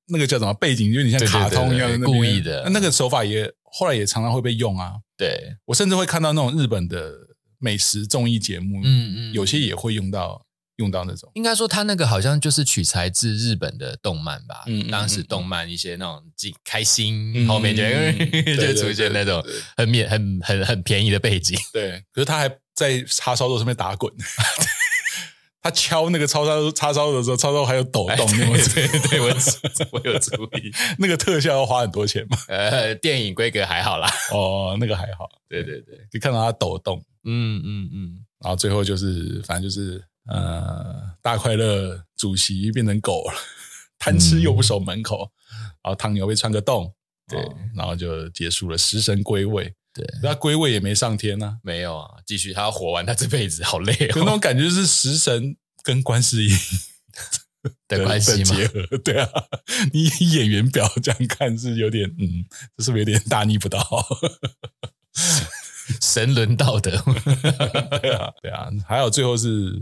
那个叫什么背景，有点像
对对对
卡通一样，
对
那边
故意的
那个手法也后来也常常会被用啊。
对，
我甚至会看到那种日本的美食综艺节目，
嗯嗯，
有些也会用到用到那种。
应该说他那个好像就是取材自日本的动漫吧，
嗯嗯
当时动漫一些那种既开心，
嗯
后面就、
对对对
就出现那种
对对
很免很很很便宜的背景，
对，可是他还在叉烧肉上面打滚。 他敲那个叉烧叉烧的时候，叉烧还有抖动，
哎对
那种
对对对，我我有注意，
那个特效要花很多钱嘛。
呃，电影规格还好啦，
哦，那个还好，
对对对，
就看到他抖动。
嗯嗯嗯，
然后最后就是反正就是呃，大快乐主席变成 狗了，贪吃又不守门口，
嗯
然后汤牛被穿个洞，
对
哦然后就结束了，食神归位，
对，
那归位也没上天呢、
没有啊，继续他要活完他这辈子，好累
啊，有那
哦
种感觉就是食神跟观世音
的关系嘛，
结合，对啊，你以演员表这样看是有点嗯，这是不是有点大逆不道？
神伦道德，
对啊，对啊，还有最后是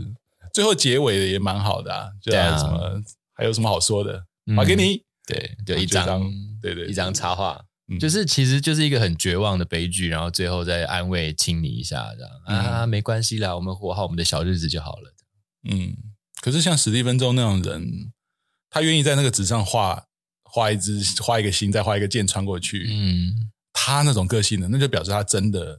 最后结尾的也蛮好的啊，就
对
还
啊
有什么还有什么好说的？
嗯
还给你。
对，就
就
一
一
张
张，对对对
一张插画
嗯，
就是其实就是一个很绝望的悲剧，然后最后再安慰亲你一下，这样啊，没关系啦，我们活好我们的小日子就好了。
嗯，可是像史蒂芬周那种人，他愿意在那个纸上画画一只画一个心，再画一个箭穿过去，
嗯，
他那种个性的，那就表示他真的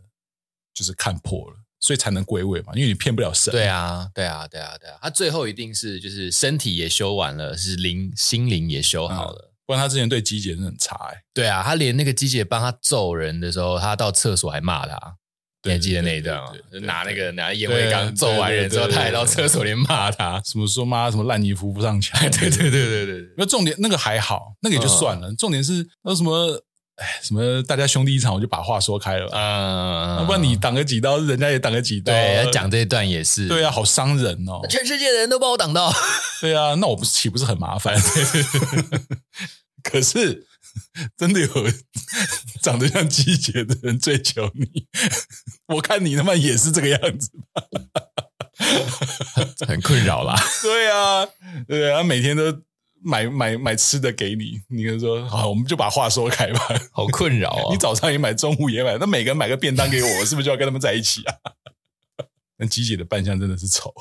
就是看破了，所以才能归位嘛，因为你骗不了神。
对啊，对啊，对啊，对啊，他最后一定是就是身体也修完了，是灵心灵也修好了。
不然他之前对机姐真的很差哎、
对啊，他连那个机姐帮他揍人的时候，他到厕所还骂他。你
对
还记得那一段吗
对对？对对
拿那个拿烟
对
灰
啊
缸揍完人之后，
对对对对
他还到厕所里骂他。，
什么说妈什么烂泥扶不上墙
对嗯对对对对 对，
那重点那个还好，那个也就算了。重点是那什么，哎，什么大家兄弟一场，我就把话说开了吧。
嗯，
要啊不然你挡个几刀，人家也挡个几刀。
对他讲这一段也是
对啊，好伤人哦。
全世界的人都帮我 挡到。
对啊，那我不是岂不是很麻烦？可是真的有长得像季节的人追求你，我看你他妈也是这个样子。
很困扰 啦。
对啊，对啊，每天都买买买吃的给你，你就说好，我们就把话说开吧。
好困扰
哦
啊、
你早上也买，中午也买，那每个人买个便当给我，我是不是就要跟他们在一起啊？ 那季姐的扮相真的是丑，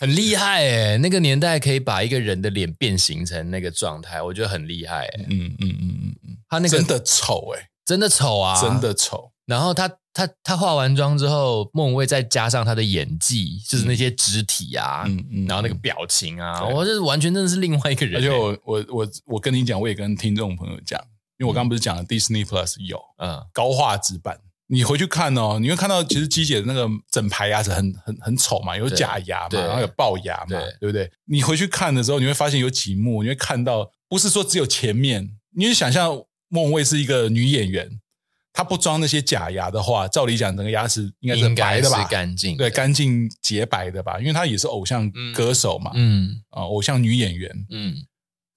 很厉害哎、那个年代可以把一个人的脸变形成那个状态，我觉得很厉害哎、
嗯嗯嗯嗯，
他那个
真的丑哎、
真的丑啊，
真。的丑，
然后他他他化完妆之后，莫文蔚再加上他的演技，就是那些肢体啊，
嗯嗯，
然后那个表情啊，
对
我这完全真的是另外一个
而
人欸、
且我我我我跟你讲，我也跟听众朋友讲，因为我刚刚不是讲了 Disney Plus 有
嗯，
高画质版，你回去看哦，你会看到其实鸡姐的那个整排牙齿很很很丑嘛，有
对
假牙嘛，
对
然后有龅牙嘛，
对
对不对？你回去看的时候，你会发现有几幕，你会看到不是说只有前面，你就想象莫文蔚是一个女演员，她不装那些假牙的话，照理讲整个牙齿应该是白
应该
的
是
吧？
干净的，
对，干净洁白的吧，因为她也是偶像歌手嘛，啊、
嗯
偶像女演员，
嗯，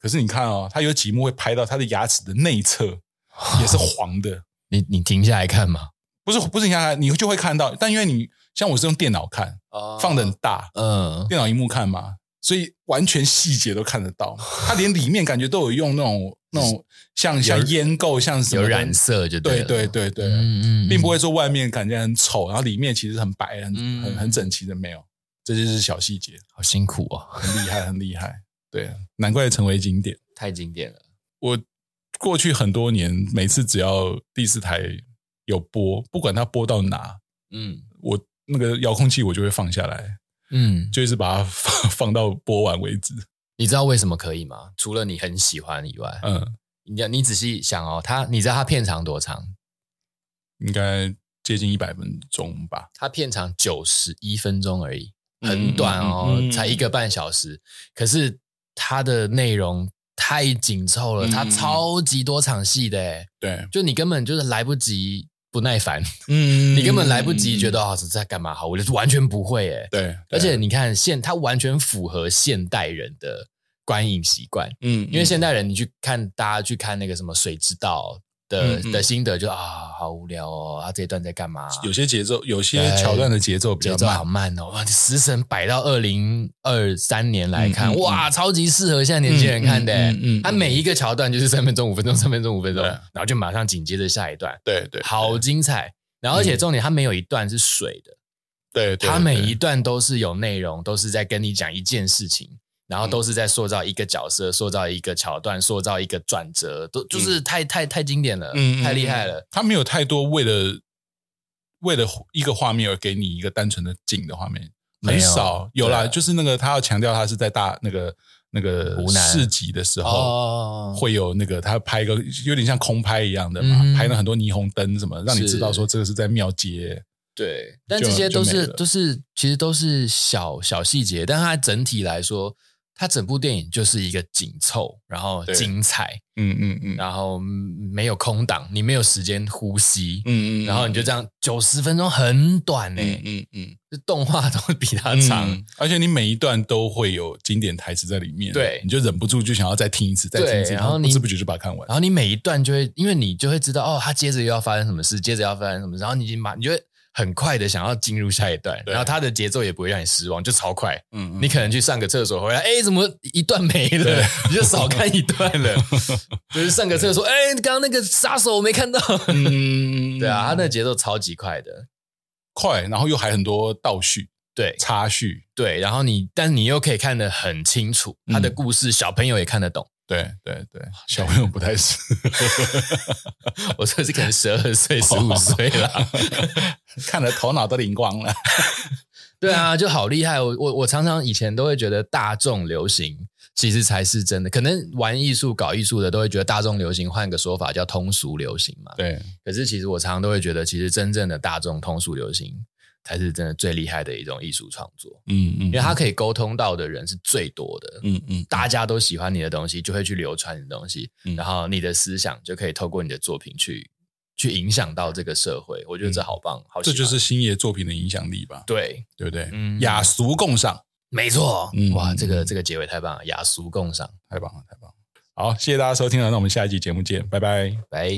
可是你看哦，他有几幕会拍到他的牙齿的内侧
啊
也是黄的，
嗯你你停下来看嘛，
不是不是你看看，你就会看到。但因为你像我是用电脑看，
哦
放的很大，
嗯，
电脑荧幕看嘛，所以完全细节都看得到。他连里面感觉都有用那种那种像像烟垢，像什么
有
的
染，色就
对
了，
对对对，
嗯
并不会说外面感觉很丑，然后里面其实很白、很
嗯
很很整齐的，没有。这就是小细节，
好辛苦哦，
很厉害，很厉害。对，难怪成为经典。
太经典了，
我过去很多年，每次只要第四台有播，不管它播到哪，
嗯
我那个遥控器我就会放下来，
嗯，
就一直把它 放放到播完为止。
你知道为什么可以吗？除了你很喜欢以外，
嗯，
你你仔细想哦，他你知道他片长多长？
应该接近一百分钟吧。
他片长九十一分钟而已，
嗯
很短哦，
嗯嗯嗯
才一个半小时。可是他的内容太紧凑了，
嗯
他超级多场戏的欸诶，
对，
就你根本就是来不及不耐烦，
嗯嗯
你根本来不及觉得啊、这在干嘛好，我就是完全不会诶。
对，
而且你看现，他完全符合现代人的观影习惯。
嗯
因为现代人你去看大家去看那个什么《水之道》的、
嗯嗯
的心得就，啊好无聊哦，他、这一段在干嘛、
有些节奏，有些桥段的节奏比
节
较
奏好
慢。
慢哦，哇！食神摆到二零二三年来看，
嗯嗯嗯
哇，超级适合现在年轻人看的、
嗯嗯嗯嗯
他每一个桥段就是三分钟、五分钟、三分钟、五分钟，
对
然后就马上紧接着下一段，
对嗯 对，
好精彩。然后而且重点，他没有一段是水的，
对，嗯对
他每一段都是有内容，都是在跟你讲一件事情，
嗯
然后都是在塑造一个角色，塑造一个桥段，塑造一个转折，都
嗯
就是太、太太经典了，太厉害。
对
了。
嗯他没有太多为了为了一个画面而给你一个单纯的景的画面，
没
很
有
少有啦。
对
就是那个他要强调他是在大那个那个
湖南
市集的时候。
哦，
会有那个，他拍一个有点像空拍一样的嘛，
嗯
拍了很多霓虹灯什么，让你
是
知道说这个是在庙街。
对，但
就
这些
就
都
没
是
了
都是其实都是小小细节，但它整体来说，它整部电影就是一个紧凑，然后
对
精彩，
嗯嗯嗯
然后嗯没有空档，你没有时间呼吸，
嗯嗯，
然后你就这样欸九十分钟很短呢、
嗯嗯嗯
这动画都比它
嗯
长。
嗯而且你每一段都会有经典台词在里面，
对
你就忍不住就想要再听一次，再听一次，
对然
不
后你
知不觉就把它看完
然。后你每一段就会，因为你就会知道哦，他接着又要发生什么事，接着要发生什么事，然后你已经马，你就会很快的想要进入下一段，
对
然后他的节奏也不会让你失望，就超快。
嗯嗯
你可能去上个厕所回来，哎，怎么一段没了
对？
你就少看一段 了。就是上个厕所，哎，刚刚那个杀手我没看到。
嗯，
对啊，他那节奏超级快的。
快，然后又还很多倒叙、
对
插叙，
对，然后你，但你又可以看得很清楚，他的
嗯
故事小朋友也看得懂。
对对对，小朋友不太适
我说是可能十二岁、十五
合，
岁啦。
看得头脑都灵光了。
对啊，就好厉害！我我我常常以前都会觉得大众流行其实才是真的，可能玩艺术、搞艺术的都会觉得大众流行，换个说法叫通俗流行嘛。
对，
可是其实我常常都会觉得，其实真正的大众通俗流行才是真的最厉害的一种艺术创作，
嗯嗯，
因为它可以沟通到的人是最多的。
嗯嗯
大家都喜欢你的东西，就会去流传你的东西，
嗯
然后你的思想就可以透过你的作品去去影响到这个社会。我觉嗯得这好棒，好
这
喜欢，
就是星爷作品的影响力吧，
对。
对不对？
嗯
雅俗共赏，
没错，
嗯
哇，这个这个结尾太棒了，雅俗共赏。
太棒了，太棒了。好，谢谢大家收听了，那我们下一集节目见，拜拜。
拜。